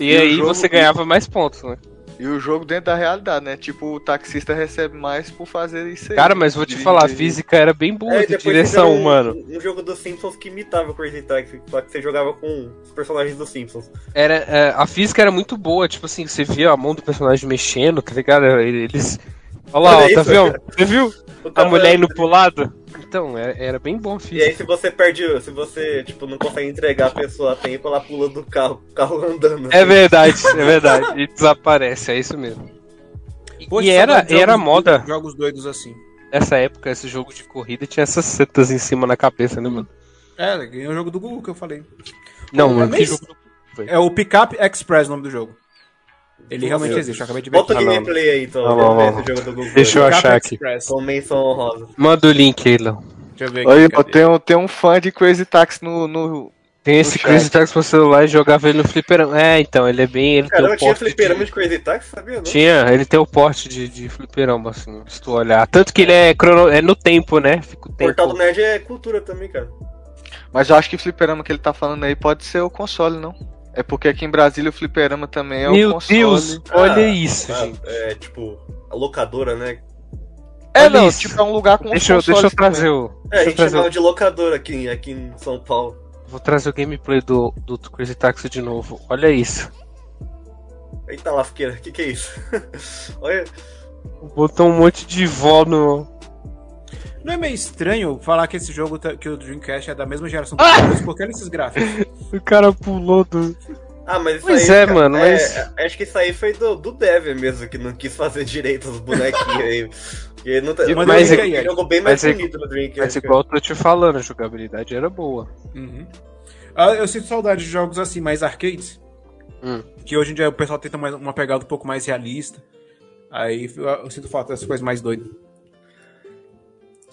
[SPEAKER 3] E,
[SPEAKER 5] E o
[SPEAKER 3] aí
[SPEAKER 5] jogo-
[SPEAKER 3] você ganhava mais pontos, né?
[SPEAKER 5] E o jogo dentro da realidade, né? Tipo, o taxista recebe mais por fazer isso aí.
[SPEAKER 3] Cara, mas vou te falar, a
[SPEAKER 5] Dirigir.
[SPEAKER 3] física era bem boa
[SPEAKER 2] É,
[SPEAKER 4] Aí
[SPEAKER 3] de
[SPEAKER 4] depois
[SPEAKER 3] direção,
[SPEAKER 4] fizeram um,
[SPEAKER 3] mano.
[SPEAKER 4] Um jogo dos Simpsons que imitava o Crazy Taxi, só que você jogava com os personagens dos Simpsons.
[SPEAKER 3] Era, é, a física era muito boa, tipo assim, você via a mão do personagem mexendo, tá ligado? Eles. Olha lá,
[SPEAKER 4] Olha
[SPEAKER 3] ó, tá
[SPEAKER 4] isso,
[SPEAKER 3] vendo? Você viu?
[SPEAKER 4] O
[SPEAKER 3] A
[SPEAKER 4] cara-
[SPEAKER 3] mulher indo pro lado. Então, era, era bem bom a
[SPEAKER 4] E aí
[SPEAKER 3] física.
[SPEAKER 4] se você perde, se você, tipo, não consegue entregar a pessoa a tempo, ela pula do carro, o carro andando. assim.
[SPEAKER 3] É verdade, é verdade. E desaparece, é isso mesmo. E-
[SPEAKER 2] Pô,
[SPEAKER 3] e
[SPEAKER 2] saudade
[SPEAKER 3] era,
[SPEAKER 2] de
[SPEAKER 3] era
[SPEAKER 2] jogos-
[SPEAKER 3] moda,
[SPEAKER 2] Jogos doidos assim.
[SPEAKER 3] nessa época, esse jogo de corrida tinha essas setas em cima na cabeça, né, mano?
[SPEAKER 2] É, ganhei o jogo do Gugu que eu falei.
[SPEAKER 3] Não,
[SPEAKER 2] Pô,
[SPEAKER 3] mano, que
[SPEAKER 2] mas-
[SPEAKER 3] jogo.
[SPEAKER 2] É o Pickup Express o nome do jogo. Ele realmente
[SPEAKER 4] Deus.
[SPEAKER 2] existe, eu acabei de ver.
[SPEAKER 4] Volta o
[SPEAKER 3] Ah, não.
[SPEAKER 4] gameplay aí, então.
[SPEAKER 3] Não,
[SPEAKER 4] pra
[SPEAKER 3] não,
[SPEAKER 4] ver
[SPEAKER 3] não.
[SPEAKER 4] esse jogo do Google.
[SPEAKER 3] Deixa eu achar aqui.
[SPEAKER 2] Express.
[SPEAKER 4] Com menção honrosa.
[SPEAKER 3] Manda o link aí, Léo.
[SPEAKER 2] Deixa eu ver aqui.
[SPEAKER 5] Olha,
[SPEAKER 2] cadê?
[SPEAKER 5] tem um, tem um fã de Crazy Taxi no, no,
[SPEAKER 3] Tem esse
[SPEAKER 5] chat.
[SPEAKER 3] Crazy Taxi pro celular e jogava ele no fliperama. É, então, ele é bem. Ele
[SPEAKER 4] Caramba,
[SPEAKER 3] tem o
[SPEAKER 4] tinha
[SPEAKER 3] porte
[SPEAKER 4] fliperama
[SPEAKER 3] de-
[SPEAKER 4] de Crazy Taxi, sabia? Não?
[SPEAKER 3] Tinha, ele tem o porte de, de fliperama, assim, se tu olhar. Tanto que ele é, crono... é no tempo, né? Fica o tempo.
[SPEAKER 4] Portal do Nerd é cultura também, cara.
[SPEAKER 5] Mas eu acho que o fliperama que ele tá falando aí pode ser o console, não? É porque aqui em Brasília o fliperama também é
[SPEAKER 3] Meu
[SPEAKER 5] o console.
[SPEAKER 3] Deus, olha
[SPEAKER 4] Ah,
[SPEAKER 3] isso,
[SPEAKER 4] Ah,
[SPEAKER 3] gente.
[SPEAKER 4] é tipo, a locadora, né?
[SPEAKER 5] É,
[SPEAKER 3] Olha
[SPEAKER 5] não,
[SPEAKER 3] isso.
[SPEAKER 5] tipo, é um lugar com
[SPEAKER 3] Deixa eu,
[SPEAKER 5] consoles
[SPEAKER 3] deixa eu
[SPEAKER 5] também.
[SPEAKER 3] trazer o.
[SPEAKER 4] É, a
[SPEAKER 3] Deixa eu
[SPEAKER 4] gente
[SPEAKER 3] trazer
[SPEAKER 4] chamava
[SPEAKER 3] o.
[SPEAKER 4] de locadora aqui, aqui em São Paulo.
[SPEAKER 3] Vou trazer o gameplay do, do Crazy Taxi de novo. Olha isso.
[SPEAKER 4] Eita lasqueira, o que, que é isso? Olha,
[SPEAKER 3] Botou um monte de vó no.
[SPEAKER 2] Não é meio estranho falar que esse jogo, tá- que o Dreamcast é da mesma geração
[SPEAKER 3] Ah!
[SPEAKER 2] do Play 2, porque olha esses gráficos.
[SPEAKER 3] O cara pulou do.
[SPEAKER 4] Ah, mas isso
[SPEAKER 3] Pois
[SPEAKER 4] aí,
[SPEAKER 3] é, mano, mas-
[SPEAKER 4] é, acho que isso aí foi do, do Dev mesmo, que não quis fazer direito os bonequinhos aí. Porque não tá,
[SPEAKER 2] Mas
[SPEAKER 3] mas
[SPEAKER 4] ele
[SPEAKER 2] é-
[SPEAKER 4] jogou bem mais
[SPEAKER 3] mas é-
[SPEAKER 4] bonito no
[SPEAKER 3] Mas
[SPEAKER 4] Dreamcast.
[SPEAKER 3] igual eu tô te falando, a jogabilidade era boa.
[SPEAKER 2] Uhum. Ah, Eu sinto saudade de jogos assim, mais arcades.
[SPEAKER 3] Hum.
[SPEAKER 2] Que hoje em dia o pessoal tenta mais, uma pegada um pouco mais realista. Aí eu, eu sinto falta dessas coisas mais doidas.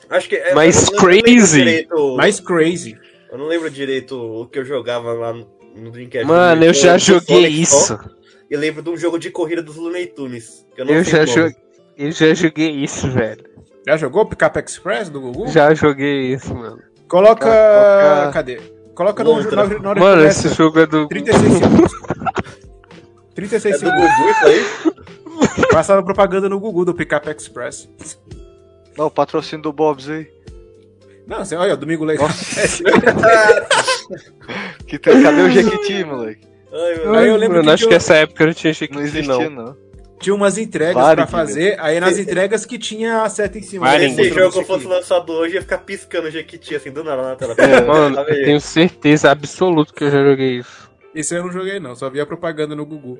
[SPEAKER 4] Acho que é,
[SPEAKER 3] Mas
[SPEAKER 4] eu não lembro
[SPEAKER 3] crazy.
[SPEAKER 4] direito-
[SPEAKER 2] Mais crazy.
[SPEAKER 4] Eu não lembro direito o que eu jogava lá no, no
[SPEAKER 2] É,
[SPEAKER 4] Dreamcast.
[SPEAKER 3] Mano, eu já
[SPEAKER 4] lembro do
[SPEAKER 3] joguei
[SPEAKER 4] Sonic só,
[SPEAKER 3] isso.
[SPEAKER 4] E lembro de um jogo de corrida dos Looney Tunes. Que eu não
[SPEAKER 3] Eu
[SPEAKER 4] sei
[SPEAKER 3] já
[SPEAKER 4] o nome.
[SPEAKER 3] joguei. Eu já joguei isso, velho.
[SPEAKER 2] Já jogou Pickup Express do Gugu?
[SPEAKER 3] Já joguei isso, mano.
[SPEAKER 2] Coloca...
[SPEAKER 5] Coloca-
[SPEAKER 2] Cadê? Coloca no...
[SPEAKER 4] Outra.
[SPEAKER 2] na- na hora que
[SPEAKER 3] Mano,
[SPEAKER 2] começa.
[SPEAKER 3] esse jogo é do.
[SPEAKER 2] 36 segundos. 36
[SPEAKER 4] É do
[SPEAKER 2] segundos.
[SPEAKER 4] Gugu isso aí?
[SPEAKER 2] Passava propaganda no Gugu do Pickup Express.
[SPEAKER 5] Não, o patrocínio do Bob's aí.
[SPEAKER 2] Não, assim, olha, domingo legal.
[SPEAKER 5] Que tem, cadê o Jequiti, moleque?
[SPEAKER 4] Ai, meu
[SPEAKER 2] Aí eu lembro
[SPEAKER 3] Mano,
[SPEAKER 2] que
[SPEAKER 3] acho
[SPEAKER 2] eu-
[SPEAKER 3] que essa época não tinha
[SPEAKER 5] Não
[SPEAKER 3] Chiquiti, não.
[SPEAKER 5] existia, não.
[SPEAKER 2] Tinha umas entregas
[SPEAKER 5] Vale,
[SPEAKER 2] pra
[SPEAKER 5] Guilherme.
[SPEAKER 2] fazer, aí nas entregas que tinha a seta em cima.
[SPEAKER 3] Vale,
[SPEAKER 2] né?
[SPEAKER 4] Se
[SPEAKER 3] Guilherme.
[SPEAKER 4] esse
[SPEAKER 2] Mostrando
[SPEAKER 4] jogo
[SPEAKER 2] isso
[SPEAKER 4] fosse
[SPEAKER 2] aqui.
[SPEAKER 4] lançado hoje, ia ficar piscando o Jequiti assim do nada na tela.
[SPEAKER 2] É.
[SPEAKER 3] Mano,
[SPEAKER 4] Sabe?
[SPEAKER 3] eu tenho certeza absoluta que eu já joguei isso.
[SPEAKER 2] Esse eu não joguei, não. Só via propaganda no Gugu.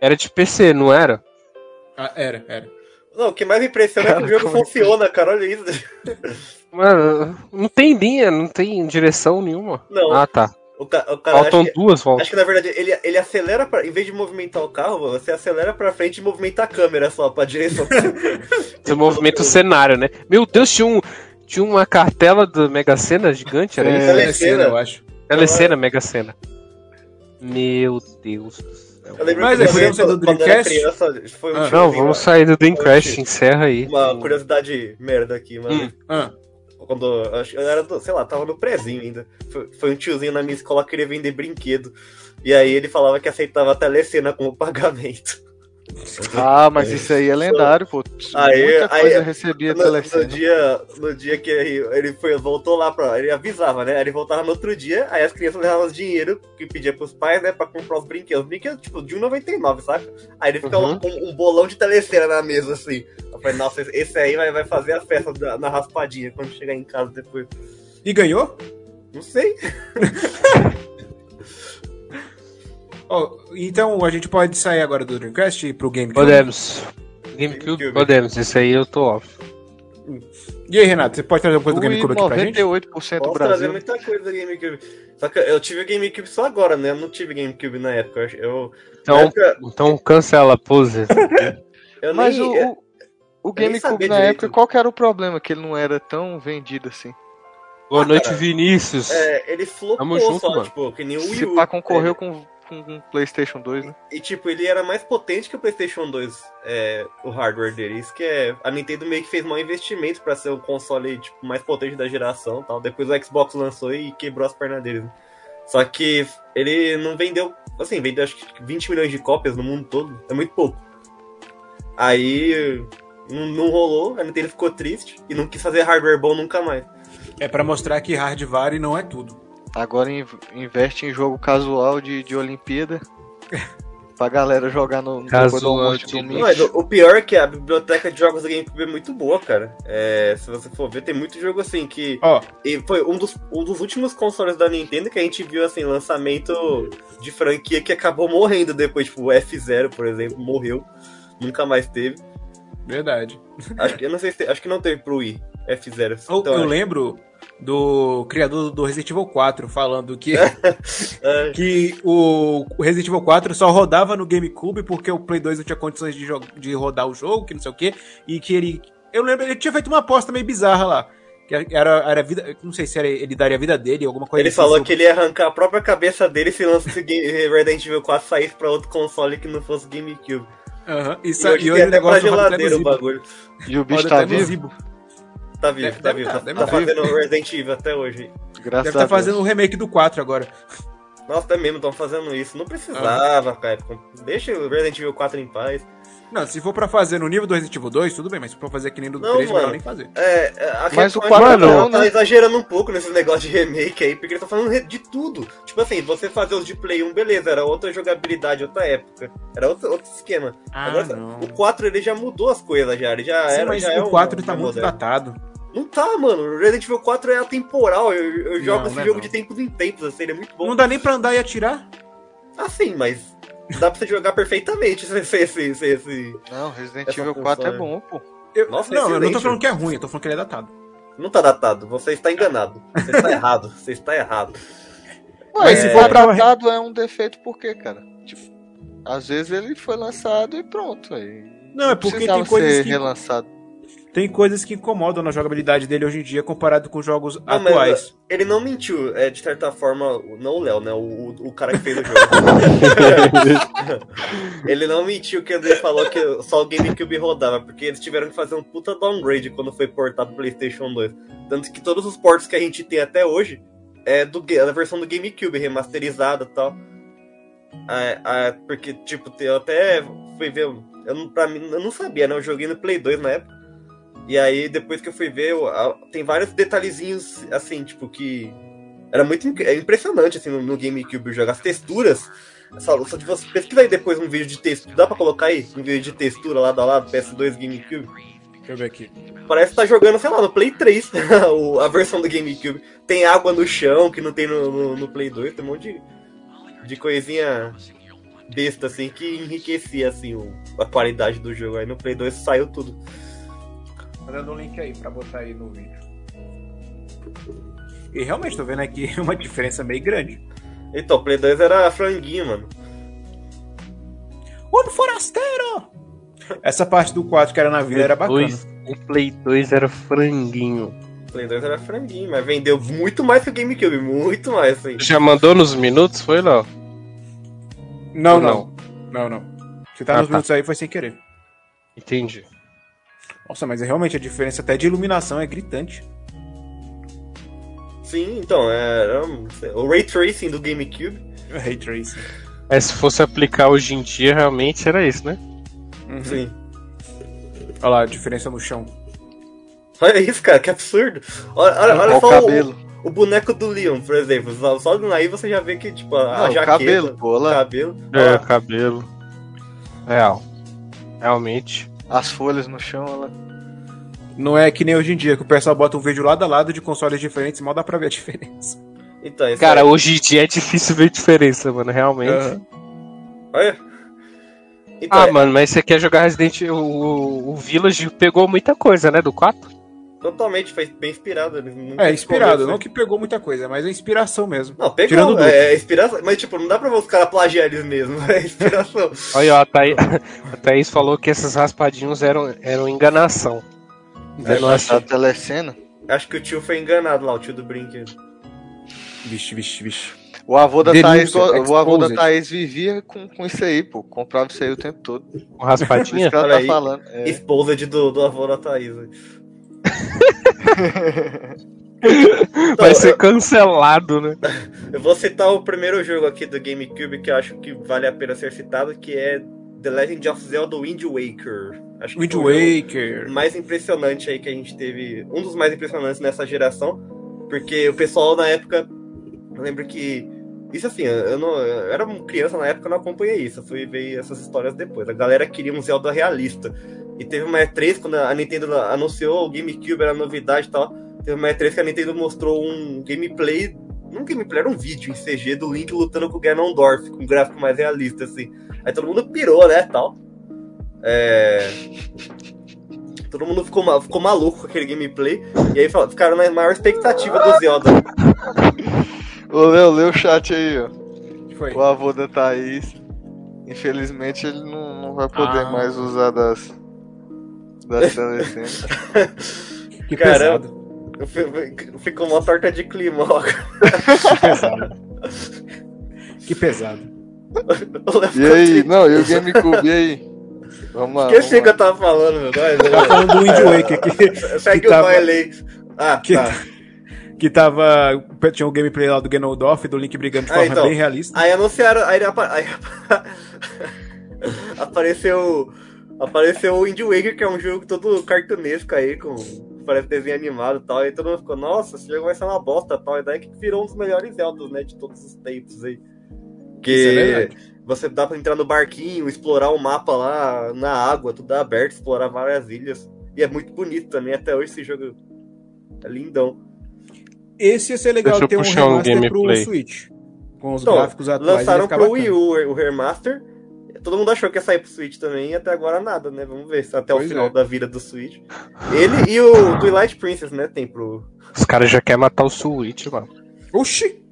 [SPEAKER 3] Era de PC, não era?
[SPEAKER 2] Ah, era, era.
[SPEAKER 4] Não, o que mais me impressiona é que o jogo funciona, cara. Olha isso.
[SPEAKER 3] Mano, não tem linha, não tem direção nenhuma.
[SPEAKER 4] Não.
[SPEAKER 3] Ah, tá.
[SPEAKER 4] O, ca- o cara, acho
[SPEAKER 3] Faltam
[SPEAKER 4] que,
[SPEAKER 3] duas voltas.
[SPEAKER 4] acho que, na verdade ele, ele acelera pra. Em vez de movimentar o carro, mano, você acelera pra frente e movimenta a câmera só pra direção.
[SPEAKER 3] Você movimenta o cenário, né? Meu Deus, tinha, um, tinha uma cartela do Mega Sena gigante, era isso?
[SPEAKER 5] É,
[SPEAKER 2] Telecena, eu acho.
[SPEAKER 3] Telecena, Mega Sena. Meu Deus do céu.
[SPEAKER 4] Eu lembro
[SPEAKER 2] Mas
[SPEAKER 4] que
[SPEAKER 2] aí,
[SPEAKER 4] quando
[SPEAKER 2] podemos
[SPEAKER 4] eu-
[SPEAKER 2] sair do
[SPEAKER 4] quando eu era
[SPEAKER 2] Dreamcast?
[SPEAKER 4] criança, foi um
[SPEAKER 2] Ah.
[SPEAKER 4] tipo
[SPEAKER 3] Não,
[SPEAKER 4] assim,
[SPEAKER 3] vamos
[SPEAKER 4] uma-
[SPEAKER 3] sair do Dreamcast, encerra aí.
[SPEAKER 4] Uma curiosidade merda aqui, mano.
[SPEAKER 3] Hum.
[SPEAKER 2] Ah,
[SPEAKER 4] Quando eu acho- eu era, do- sei lá, tava no prezinho ainda. Foi, foi um tiozinho na minha escola que queria vender brinquedo. E aí ele falava que aceitava a telecena como pagamento.
[SPEAKER 5] Ah, mas isso aí é lendário, pô.
[SPEAKER 4] Aí-
[SPEAKER 5] Muita
[SPEAKER 4] aí-
[SPEAKER 5] coisa eu recebia
[SPEAKER 4] No, no
[SPEAKER 5] telecena.
[SPEAKER 4] dia, no dia que ele ele foi, voltou lá pra. Ele avisava, né? Aí ele voltava no outro dia, aí as crianças levavam os dinheiro que pedia pros pais, né? Pra comprar os brinquedos. Brinquedo, tipo, de 1,99, saca? Aí ele ficava
[SPEAKER 3] Uhum.
[SPEAKER 4] com um bolão de telecena na mesa, assim. Eu falei, nossa, esse- esse aí vai, vai fazer a festa da- na raspadinha quando chegar em casa depois.
[SPEAKER 2] E ganhou?
[SPEAKER 4] Não sei.
[SPEAKER 2] Ó, então a gente pode sair agora do Dreamcast e ir pro GameCube.
[SPEAKER 3] Podemos. GameCube,
[SPEAKER 4] GameCube.
[SPEAKER 3] podemos. Isso aí eu tô off.
[SPEAKER 2] E aí, Renato, você pode trazer alguma coisa do
[SPEAKER 5] Ui,
[SPEAKER 2] GameCube aqui pra gente?
[SPEAKER 3] É
[SPEAKER 5] 98% do
[SPEAKER 4] Posso trazer
[SPEAKER 5] Brasil.
[SPEAKER 4] muita coisa do GameCube. Só que eu tive o GameCube só agora, né? Eu não tive GameCube na época. Eu, acho- eu, na
[SPEAKER 3] Então,
[SPEAKER 4] época,
[SPEAKER 3] então cancela a pose.
[SPEAKER 4] eu
[SPEAKER 5] Mas
[SPEAKER 4] nem, é,
[SPEAKER 5] o,
[SPEAKER 4] eu-
[SPEAKER 5] o, o
[SPEAKER 4] nem
[SPEAKER 5] GameCube
[SPEAKER 4] sabia
[SPEAKER 5] na
[SPEAKER 4] direito.
[SPEAKER 5] época, qual que era o problema? Que ele não era tão vendido assim.
[SPEAKER 3] Boa noite, Vinícius.
[SPEAKER 4] é, ele flopou
[SPEAKER 3] Tamo junto,
[SPEAKER 4] só,
[SPEAKER 3] mano.
[SPEAKER 4] tipo, que nem o Wii
[SPEAKER 5] Se
[SPEAKER 4] U.
[SPEAKER 5] pá, concorreu com, com um PlayStation 2, né?
[SPEAKER 4] É, E tipo, ele era mais potente que o Playstation 2, é, o hardware dele. Isso que é. A Nintendo meio que fez mau investimento pra ser o console tipo, mais potente da geração e tal. Depois o Xbox lançou e quebrou as pernas dele. né? Só que ele não vendeu. Assim, vendeu acho que 20 milhões de cópias no mundo todo. É muito pouco. Aí. Não, não rolou, a Nintendo ficou triste e não quis fazer hardware bom nunca mais.
[SPEAKER 2] É pra mostrar que hardware não é tudo.
[SPEAKER 5] Agora in- investe em jogo casual de, de Olimpíada. pra galera jogar no, no
[SPEAKER 3] Casual
[SPEAKER 5] depois do almoço de
[SPEAKER 3] de
[SPEAKER 5] domingo.
[SPEAKER 4] Não, mas o o pior é que a biblioteca de jogos do GameCube é muito boa, cara. É, se você for ver, tem muito jogo assim que.
[SPEAKER 2] Ó,
[SPEAKER 4] E foi um dos, um dos últimos consoles da Nintendo que a gente viu, assim, lançamento de franquia que acabou morrendo depois. Tipo, o F0, por exemplo, morreu. Nunca mais teve.
[SPEAKER 2] verdade.
[SPEAKER 4] Acho que, eu não sei se, acho que não teve pro Wii. F0.
[SPEAKER 2] Eu,
[SPEAKER 4] Então,
[SPEAKER 2] eu
[SPEAKER 4] acho-
[SPEAKER 2] lembro do criador do Resident Evil 4 falando que,
[SPEAKER 4] é,
[SPEAKER 2] que o Resident Evil 4 só rodava no GameCube porque o Play 2 não tinha condições de, jo- de rodar o jogo, que não sei o quê, e que ele... Eu lembro, ele tinha feito uma aposta meio bizarra lá, Que era, era a vida. Não sei se era ele daria a vida dele, alguma coisa
[SPEAKER 4] Ele
[SPEAKER 2] assim
[SPEAKER 4] falou
[SPEAKER 2] sobre-
[SPEAKER 4] que ele ia arrancar a própria cabeça dele se lance esse Game- Resident Evil 4 saísse pra outro console que não fosse GameCube.
[SPEAKER 2] Aham,
[SPEAKER 4] E
[SPEAKER 2] Isso,
[SPEAKER 4] hoje
[SPEAKER 2] e
[SPEAKER 4] tem
[SPEAKER 2] hoje o
[SPEAKER 4] até pra
[SPEAKER 2] negócio é roda até
[SPEAKER 4] geladeira
[SPEAKER 2] no
[SPEAKER 4] o
[SPEAKER 2] Zibo.
[SPEAKER 4] bagulho.
[SPEAKER 5] E o
[SPEAKER 2] Roda
[SPEAKER 5] bicho tá
[SPEAKER 2] até no
[SPEAKER 5] vivo?
[SPEAKER 2] Zibo.
[SPEAKER 4] Tá vivo,
[SPEAKER 2] Deve-
[SPEAKER 4] tá
[SPEAKER 2] deve
[SPEAKER 4] vivo.
[SPEAKER 2] tá,
[SPEAKER 4] Tá,
[SPEAKER 2] deve
[SPEAKER 4] tá
[SPEAKER 2] tá.
[SPEAKER 4] fazendo Resident Evil até hoje.
[SPEAKER 5] Graças
[SPEAKER 2] Deve
[SPEAKER 5] a
[SPEAKER 2] estar
[SPEAKER 5] Deus.
[SPEAKER 2] fazendo um remake do 4 agora.
[SPEAKER 4] Nossa, até mesmo estão fazendo isso. Não
[SPEAKER 2] Ah.
[SPEAKER 4] precisava, cara. Deixa o Resident Evil 4 em paz.
[SPEAKER 2] Não, se for pra fazer no nível do Resident Evil 2, tudo bem, mas se for pra fazer que nem do
[SPEAKER 4] Não,
[SPEAKER 2] 3, melhor
[SPEAKER 4] mano.
[SPEAKER 2] nem fazer.
[SPEAKER 4] É, é, a
[SPEAKER 5] Mas o
[SPEAKER 4] questão é que
[SPEAKER 5] quatro
[SPEAKER 4] o pessoal
[SPEAKER 5] não, né?
[SPEAKER 4] tá exagerando um pouco nesse negócio de remake aí, porque ele tá falando re- de tudo. Tipo assim, você fazer os de Play 1, beleza, era outra jogabilidade, outra época. Era outro, outro esquema.
[SPEAKER 2] Ah,
[SPEAKER 4] Agora, o 4 ele já mudou as coisas, já. Ele já
[SPEAKER 2] Sim,
[SPEAKER 4] era.
[SPEAKER 2] mas
[SPEAKER 4] já é
[SPEAKER 2] o
[SPEAKER 4] um-
[SPEAKER 2] 4 tá
[SPEAKER 4] um
[SPEAKER 2] muito
[SPEAKER 4] moderno.
[SPEAKER 2] datado.
[SPEAKER 4] Não tá, mano. O Resident Evil 4 é atemporal. Eu, eu jogo
[SPEAKER 2] Não,
[SPEAKER 4] esse
[SPEAKER 2] não é
[SPEAKER 4] jogo
[SPEAKER 2] não.
[SPEAKER 4] de tempos em tempos, assim, ele é muito bom.
[SPEAKER 2] Não dá nem pra andar e atirar.
[SPEAKER 4] Assim, mas dá pra você jogar perfeitamente esse. esse, esse, esse, esse-
[SPEAKER 5] Não, Resident
[SPEAKER 4] Essa
[SPEAKER 5] Evil 4 é
[SPEAKER 4] console.
[SPEAKER 5] bom, pô.
[SPEAKER 2] Eu-
[SPEAKER 4] Nossa,
[SPEAKER 2] não, eu não tô
[SPEAKER 4] excelente.
[SPEAKER 2] falando que é ruim, eu tô falando que ele é datado.
[SPEAKER 4] Não tá datado. Você está enganado. Você está errado. Você está errado.
[SPEAKER 5] Mas
[SPEAKER 2] se
[SPEAKER 5] se
[SPEAKER 2] for
[SPEAKER 5] for
[SPEAKER 2] pra-
[SPEAKER 5] tratado é um defeito por quê, cara? Tipo, às vezes ele foi lançado e pronto. Aí.
[SPEAKER 2] Não, é porque
[SPEAKER 5] precisava
[SPEAKER 2] tem coisas,
[SPEAKER 5] ser
[SPEAKER 2] que,
[SPEAKER 5] relançado.
[SPEAKER 2] tem coisas que incomodam na jogabilidade dele hoje em dia comparado com jogos
[SPEAKER 4] Ah, mas,
[SPEAKER 2] atuais.
[SPEAKER 4] Ele não mentiu, é, de certa forma, o- não o Léo, né? O, o- o cara que fez o jogo. ele não mentiu quando ele falou que só o GameCube rodava, porque eles tiveram que fazer um puta downgrade quando foi portado pro PlayStation 2. Tanto que todos os portos que a gente tem até hoje é do, ga- da versão do GameCube, remasterizada e tal. Ah, ah, porque, tipo, eu até fui ver. Eu não, pra mim, eu não sabia, né? Eu joguei no Play 2 na época. E aí, depois que eu fui ver, eu- a- tem vários detalhezinhos, assim, tipo, que. Era muito inc- é impressionante, assim, no, no GameCube jogar. As texturas. Só, só que você pesquisa aí depois um vídeo de textura. Dá pra colocar aí? Um vídeo de textura lado a lado, PS2 GameCube.
[SPEAKER 2] Deixa eu ver aqui.
[SPEAKER 4] Parece que tá jogando, sei lá, no Play 3, o- a versão do GameCube. Tem água no chão que não tem no, no- no Play 2, tem um monte de, de coisinha besta, assim, que enriquecia, assim, o- a qualidade do jogo. Aí no Play 2 saiu tudo.
[SPEAKER 2] Mandando um link aí pra botar aí no vídeo. E realmente tô vendo aqui uma diferença meio grande.
[SPEAKER 4] Então, Play 2 era franguinho, mano.
[SPEAKER 2] Homem forasteiro! Essa parte do 4 que era na vila era bacana.
[SPEAKER 3] Dois- o Play 2 era franguinho.
[SPEAKER 4] Play 2 era franguinho, mas vendeu muito mais que o GameCube, muito mais, assim.
[SPEAKER 3] Já mandou nos minutos, foi, Léo?
[SPEAKER 2] Não,
[SPEAKER 3] Ou
[SPEAKER 2] não. Não, não. Se tá
[SPEAKER 3] Ah,
[SPEAKER 2] nos
[SPEAKER 3] tá.
[SPEAKER 2] minutos aí foi sem querer.
[SPEAKER 3] Entendi.
[SPEAKER 2] Nossa, mas é realmente a diferença até de iluminação é gritante.
[SPEAKER 4] Sim, então, era um- sei lá, o Ray Tracing do GameCube.
[SPEAKER 2] Ray Tracing.
[SPEAKER 3] Mas É, se fosse aplicar hoje em dia, realmente era isso, né?
[SPEAKER 2] Uhum.
[SPEAKER 4] Sim.
[SPEAKER 2] Olha lá a diferença no chão.
[SPEAKER 4] Olha isso, cara, que absurdo. Olha, olha- olha
[SPEAKER 5] Olha o
[SPEAKER 4] só o,
[SPEAKER 5] cabelo.
[SPEAKER 4] O boneco do Leon, por exemplo, só, só aí você já vê que, tipo, a, a
[SPEAKER 5] Não, o
[SPEAKER 4] jaqueta,
[SPEAKER 5] Ah, cabelo, pô,
[SPEAKER 4] o
[SPEAKER 5] olha lá.
[SPEAKER 4] cabelo.
[SPEAKER 3] É, cabelo. Real. Realmente.
[SPEAKER 5] As folhas no chão, olha lá.
[SPEAKER 2] Não é que nem hoje em dia, que o pessoal bota um vídeo lado a lado de consoles diferentes, mal dá pra ver a diferença.
[SPEAKER 4] Então, isso
[SPEAKER 3] Cara,
[SPEAKER 4] aí.
[SPEAKER 3] hoje em dia é difícil ver diferença, mano, realmente.
[SPEAKER 2] Aham.
[SPEAKER 4] olha. Então,
[SPEAKER 3] Ah,
[SPEAKER 4] é,
[SPEAKER 3] mano, mas você quer jogar Resident Evil. O, o Village pegou muita coisa, né? Do 4?
[SPEAKER 4] é totalmente foi bem inspirado. eles não
[SPEAKER 2] É, inspirado.
[SPEAKER 4] esconderam
[SPEAKER 2] Não
[SPEAKER 4] isso.
[SPEAKER 2] que pegou muita coisa, mas é inspiração mesmo.
[SPEAKER 4] Não, pegou,
[SPEAKER 2] Tirando o
[SPEAKER 4] é, é inspiração. Mas, tipo, não dá pra ver os caras plagiar eles mesmos, é inspiração.
[SPEAKER 3] Olha, ó, a, Thaí- a Thaís falou que esses raspadinhos eram, eram enganação.
[SPEAKER 5] É, a telecena.
[SPEAKER 4] Acho que o tio foi enganado lá, o tio do brinquedo.
[SPEAKER 2] Vixe, vixe, vixe.
[SPEAKER 5] O avô da
[SPEAKER 2] Denúncia,
[SPEAKER 5] Thaís, o avô da
[SPEAKER 2] exposed.
[SPEAKER 5] Thaís vivia com, com isso aí, pô. Comprava isso aí o tempo todo.
[SPEAKER 3] Um
[SPEAKER 5] Por isso
[SPEAKER 3] raspadinha?
[SPEAKER 5] que ela
[SPEAKER 4] Olha
[SPEAKER 5] tá
[SPEAKER 4] aí.
[SPEAKER 5] falando. É.
[SPEAKER 4] Esposa de, do, do avô da Thaís. né? Então,
[SPEAKER 3] Vai ser cancelado, né?
[SPEAKER 4] Eu vou citar o primeiro jogo aqui do GameCube que eu acho que vale a pena ser citado, que é The Legend of Zelda Wind Waker. Acho que
[SPEAKER 2] Wind
[SPEAKER 4] foi o jogo
[SPEAKER 2] Waker.
[SPEAKER 4] mais impressionante aí que a gente teve, um dos mais impressionantes nessa geração, porque o pessoal na época, eu lembro que isso assim, eu, não, eu era um criança na época, eu não acompanhei isso, eu fui ver essas histórias depois. A galera queria um Zelda realista. E teve uma E3 quando a Nintendo anunciou o GameCube era novidade e tal. Teve uma E3 que a Nintendo mostrou um gameplay, não um gameplay, era um vídeo em CG do Link lutando com o Ganondorf, com um gráfico mais realista assim. Aí todo mundo pirou, né, tal. É, Todo mundo ficou, ma- ficou maluco com aquele gameplay. E aí fala- ficaram na maior expectativa do Zelda.
[SPEAKER 5] Ô, Léo, lê o chat aí, ó.
[SPEAKER 2] Foi.
[SPEAKER 5] O avô da Thaís. Infelizmente ele não, não vai poder
[SPEAKER 2] Ah.
[SPEAKER 5] mais usar das. Das telecenas.
[SPEAKER 2] Que
[SPEAKER 4] Caramba.
[SPEAKER 2] pesado.
[SPEAKER 4] F- Ficou uma torta de clima, ó.
[SPEAKER 2] Que pesado. que pesado.
[SPEAKER 4] O Léo
[SPEAKER 5] E
[SPEAKER 4] ficou
[SPEAKER 5] aí,
[SPEAKER 4] triste.
[SPEAKER 5] não, e o GameCube, e aí? Vamos lá. vamos
[SPEAKER 4] Esqueci o que
[SPEAKER 5] lá.
[SPEAKER 4] eu tava falando, meu. Vai, vai,
[SPEAKER 2] Tá
[SPEAKER 4] vai.
[SPEAKER 2] falando do Wind Waker que,
[SPEAKER 4] Segue
[SPEAKER 2] que
[SPEAKER 4] o
[SPEAKER 2] tava-
[SPEAKER 4] baile. Ah,
[SPEAKER 2] que,
[SPEAKER 4] tá.
[SPEAKER 2] que tava. Tinha o gameplay lá do Ganondorf e do Link brigando de
[SPEAKER 4] Ah,
[SPEAKER 2] forma
[SPEAKER 4] então.
[SPEAKER 2] bem realista.
[SPEAKER 4] Aí anunciaram. Aí, apa- aí apa- apareceu. Apareceu o Indie Waker, que é um jogo todo cartunesco aí, com. Parece desenho animado e tal. Aí todo mundo ficou, nossa, esse jogo vai ser uma bosta e tal. E daí que virou um dos melhores Zeldas, né? De todos os tempos aí.
[SPEAKER 2] Isso é
[SPEAKER 4] Que
[SPEAKER 2] verdade.
[SPEAKER 4] você dá pra entrar no barquinho, explorar o mapa lá na água, tudo aberto, explorar várias ilhas. E é muito bonito também, até hoje esse jogo é lindão.
[SPEAKER 2] Esse ia ser legal
[SPEAKER 3] Deixa eu
[SPEAKER 2] ter um
[SPEAKER 3] puxar um
[SPEAKER 2] remaster pro
[SPEAKER 3] gameplay.
[SPEAKER 2] Switch. Com os
[SPEAKER 4] Então,
[SPEAKER 2] gráficos atuais.
[SPEAKER 4] Lançaram
[SPEAKER 2] ia ficar
[SPEAKER 4] pro
[SPEAKER 2] bacana.
[SPEAKER 4] Wii U o remaster. Todo mundo achou que ia sair pro Switch também, e até agora nada, né? Vamos ver se até
[SPEAKER 2] Pois
[SPEAKER 4] o final
[SPEAKER 2] é.
[SPEAKER 4] da vida do Switch. Ele e o Twilight Princess, né? Tem pro.
[SPEAKER 3] Os caras já querem matar o Switch, mano.
[SPEAKER 2] Oxi!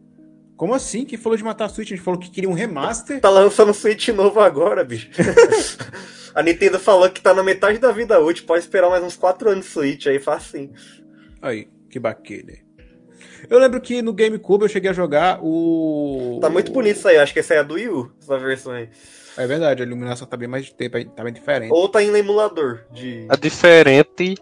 [SPEAKER 2] Como assim? Quem falou de matar a Switch? A gente falou que queria um remaster.
[SPEAKER 4] Tá lançando um Switch novo agora, bicho. A Nintendo falou que tá na metade da vida útil, pode esperar mais uns 4 anos de Switch aí, facinho.
[SPEAKER 2] Aí, que bacana. Eu lembro que no GameCube eu cheguei a jogar o.
[SPEAKER 4] Tá muito bonito isso aí, acho que essa é a do Wii U, essa versão aí.
[SPEAKER 2] É verdade, a iluminação tá bem mais de tempo, aí, tá bem diferente.
[SPEAKER 4] Ou tá em emulador de
[SPEAKER 3] A É diferente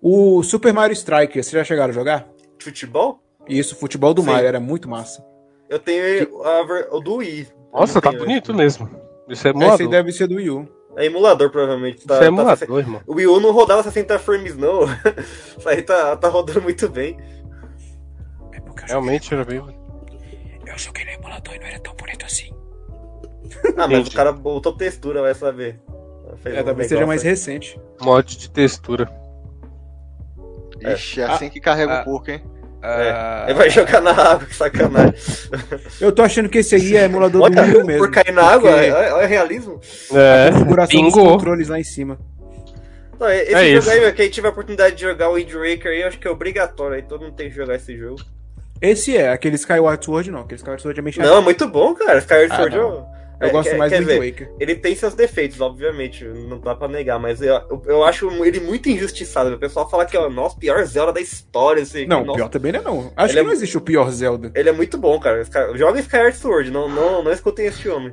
[SPEAKER 2] O Super Mario Striker, vocês já chegaram a jogar?
[SPEAKER 4] futebol?
[SPEAKER 2] E isso, futebol do
[SPEAKER 4] Sim.
[SPEAKER 2] Mario, era muito massa.
[SPEAKER 4] Eu tenho a ver- o do Wii.
[SPEAKER 3] Nossa,
[SPEAKER 4] Eu
[SPEAKER 3] tá
[SPEAKER 4] tenho,
[SPEAKER 3] bonito mesmo. Isso
[SPEAKER 2] Esse
[SPEAKER 3] é
[SPEAKER 2] aí
[SPEAKER 3] emulador.
[SPEAKER 2] deve ser do Wii U.
[SPEAKER 4] É emulador, provavelmente. Tá,
[SPEAKER 3] Isso é
[SPEAKER 4] tá-
[SPEAKER 3] emulador, irmão.
[SPEAKER 4] O Wii U não rodava 60 frames, não. Isso aí tá, tá rodando muito bem.
[SPEAKER 2] É porque
[SPEAKER 3] Realmente era bem.
[SPEAKER 2] eu joguei no emulador e não era tão bonito assim.
[SPEAKER 4] Ah, mas
[SPEAKER 3] Entendi.
[SPEAKER 4] o cara botou textura, vai saber. Fez
[SPEAKER 2] É,
[SPEAKER 4] um
[SPEAKER 2] talvez
[SPEAKER 4] negócio
[SPEAKER 2] seja mais
[SPEAKER 4] aí.
[SPEAKER 2] recente.
[SPEAKER 3] Mod de textura.
[SPEAKER 5] Ixi, é assim que carrega
[SPEAKER 2] Ah.
[SPEAKER 5] o porco, hein?
[SPEAKER 4] Ele vai jogar na água, que sacanagem.
[SPEAKER 2] Eu tô achando que esse aí é emulador
[SPEAKER 4] Olha,
[SPEAKER 2] do Wii U mesmo.
[SPEAKER 4] por cair na água,
[SPEAKER 2] porque
[SPEAKER 4] olha olha o realismo.
[SPEAKER 3] É,
[SPEAKER 2] a configuração dos
[SPEAKER 3] bingo.
[SPEAKER 2] controles lá em cima.
[SPEAKER 4] Não, esse
[SPEAKER 3] É
[SPEAKER 4] jogo
[SPEAKER 3] isso.
[SPEAKER 4] aí, meu, quem tiver a oportunidade de jogar o Wind Waker aí, eu acho que é obrigatório. Aí todo mundo tem que jogar esse jogo.
[SPEAKER 2] Esse é, aquele Skyward Sword não. Aquele Skyward Sword é meio chato.
[SPEAKER 4] Não, é muito bom, cara. Skyward
[SPEAKER 2] Ah,
[SPEAKER 4] Sword.
[SPEAKER 2] não.
[SPEAKER 4] eu-
[SPEAKER 2] Eu
[SPEAKER 4] é,
[SPEAKER 2] gosto
[SPEAKER 4] quer-
[SPEAKER 2] mais
[SPEAKER 4] quer
[SPEAKER 2] do
[SPEAKER 4] ver,
[SPEAKER 2] Wind Waker.
[SPEAKER 4] Ele tem seus defeitos, obviamente, não dá pra negar, mas eu, eu, eu acho ele muito injustiçado. O pessoal fala que é o nosso pior Zelda da história. Assim,
[SPEAKER 2] Não,
[SPEAKER 4] nossa,
[SPEAKER 2] pior também não é não. Acho
[SPEAKER 4] Ele
[SPEAKER 2] que
[SPEAKER 4] é-
[SPEAKER 2] não existe o pior Zelda.
[SPEAKER 4] Ele é muito bom, cara. Esse cara- Joga Skyward Sword, não, não, não escutem esse homem.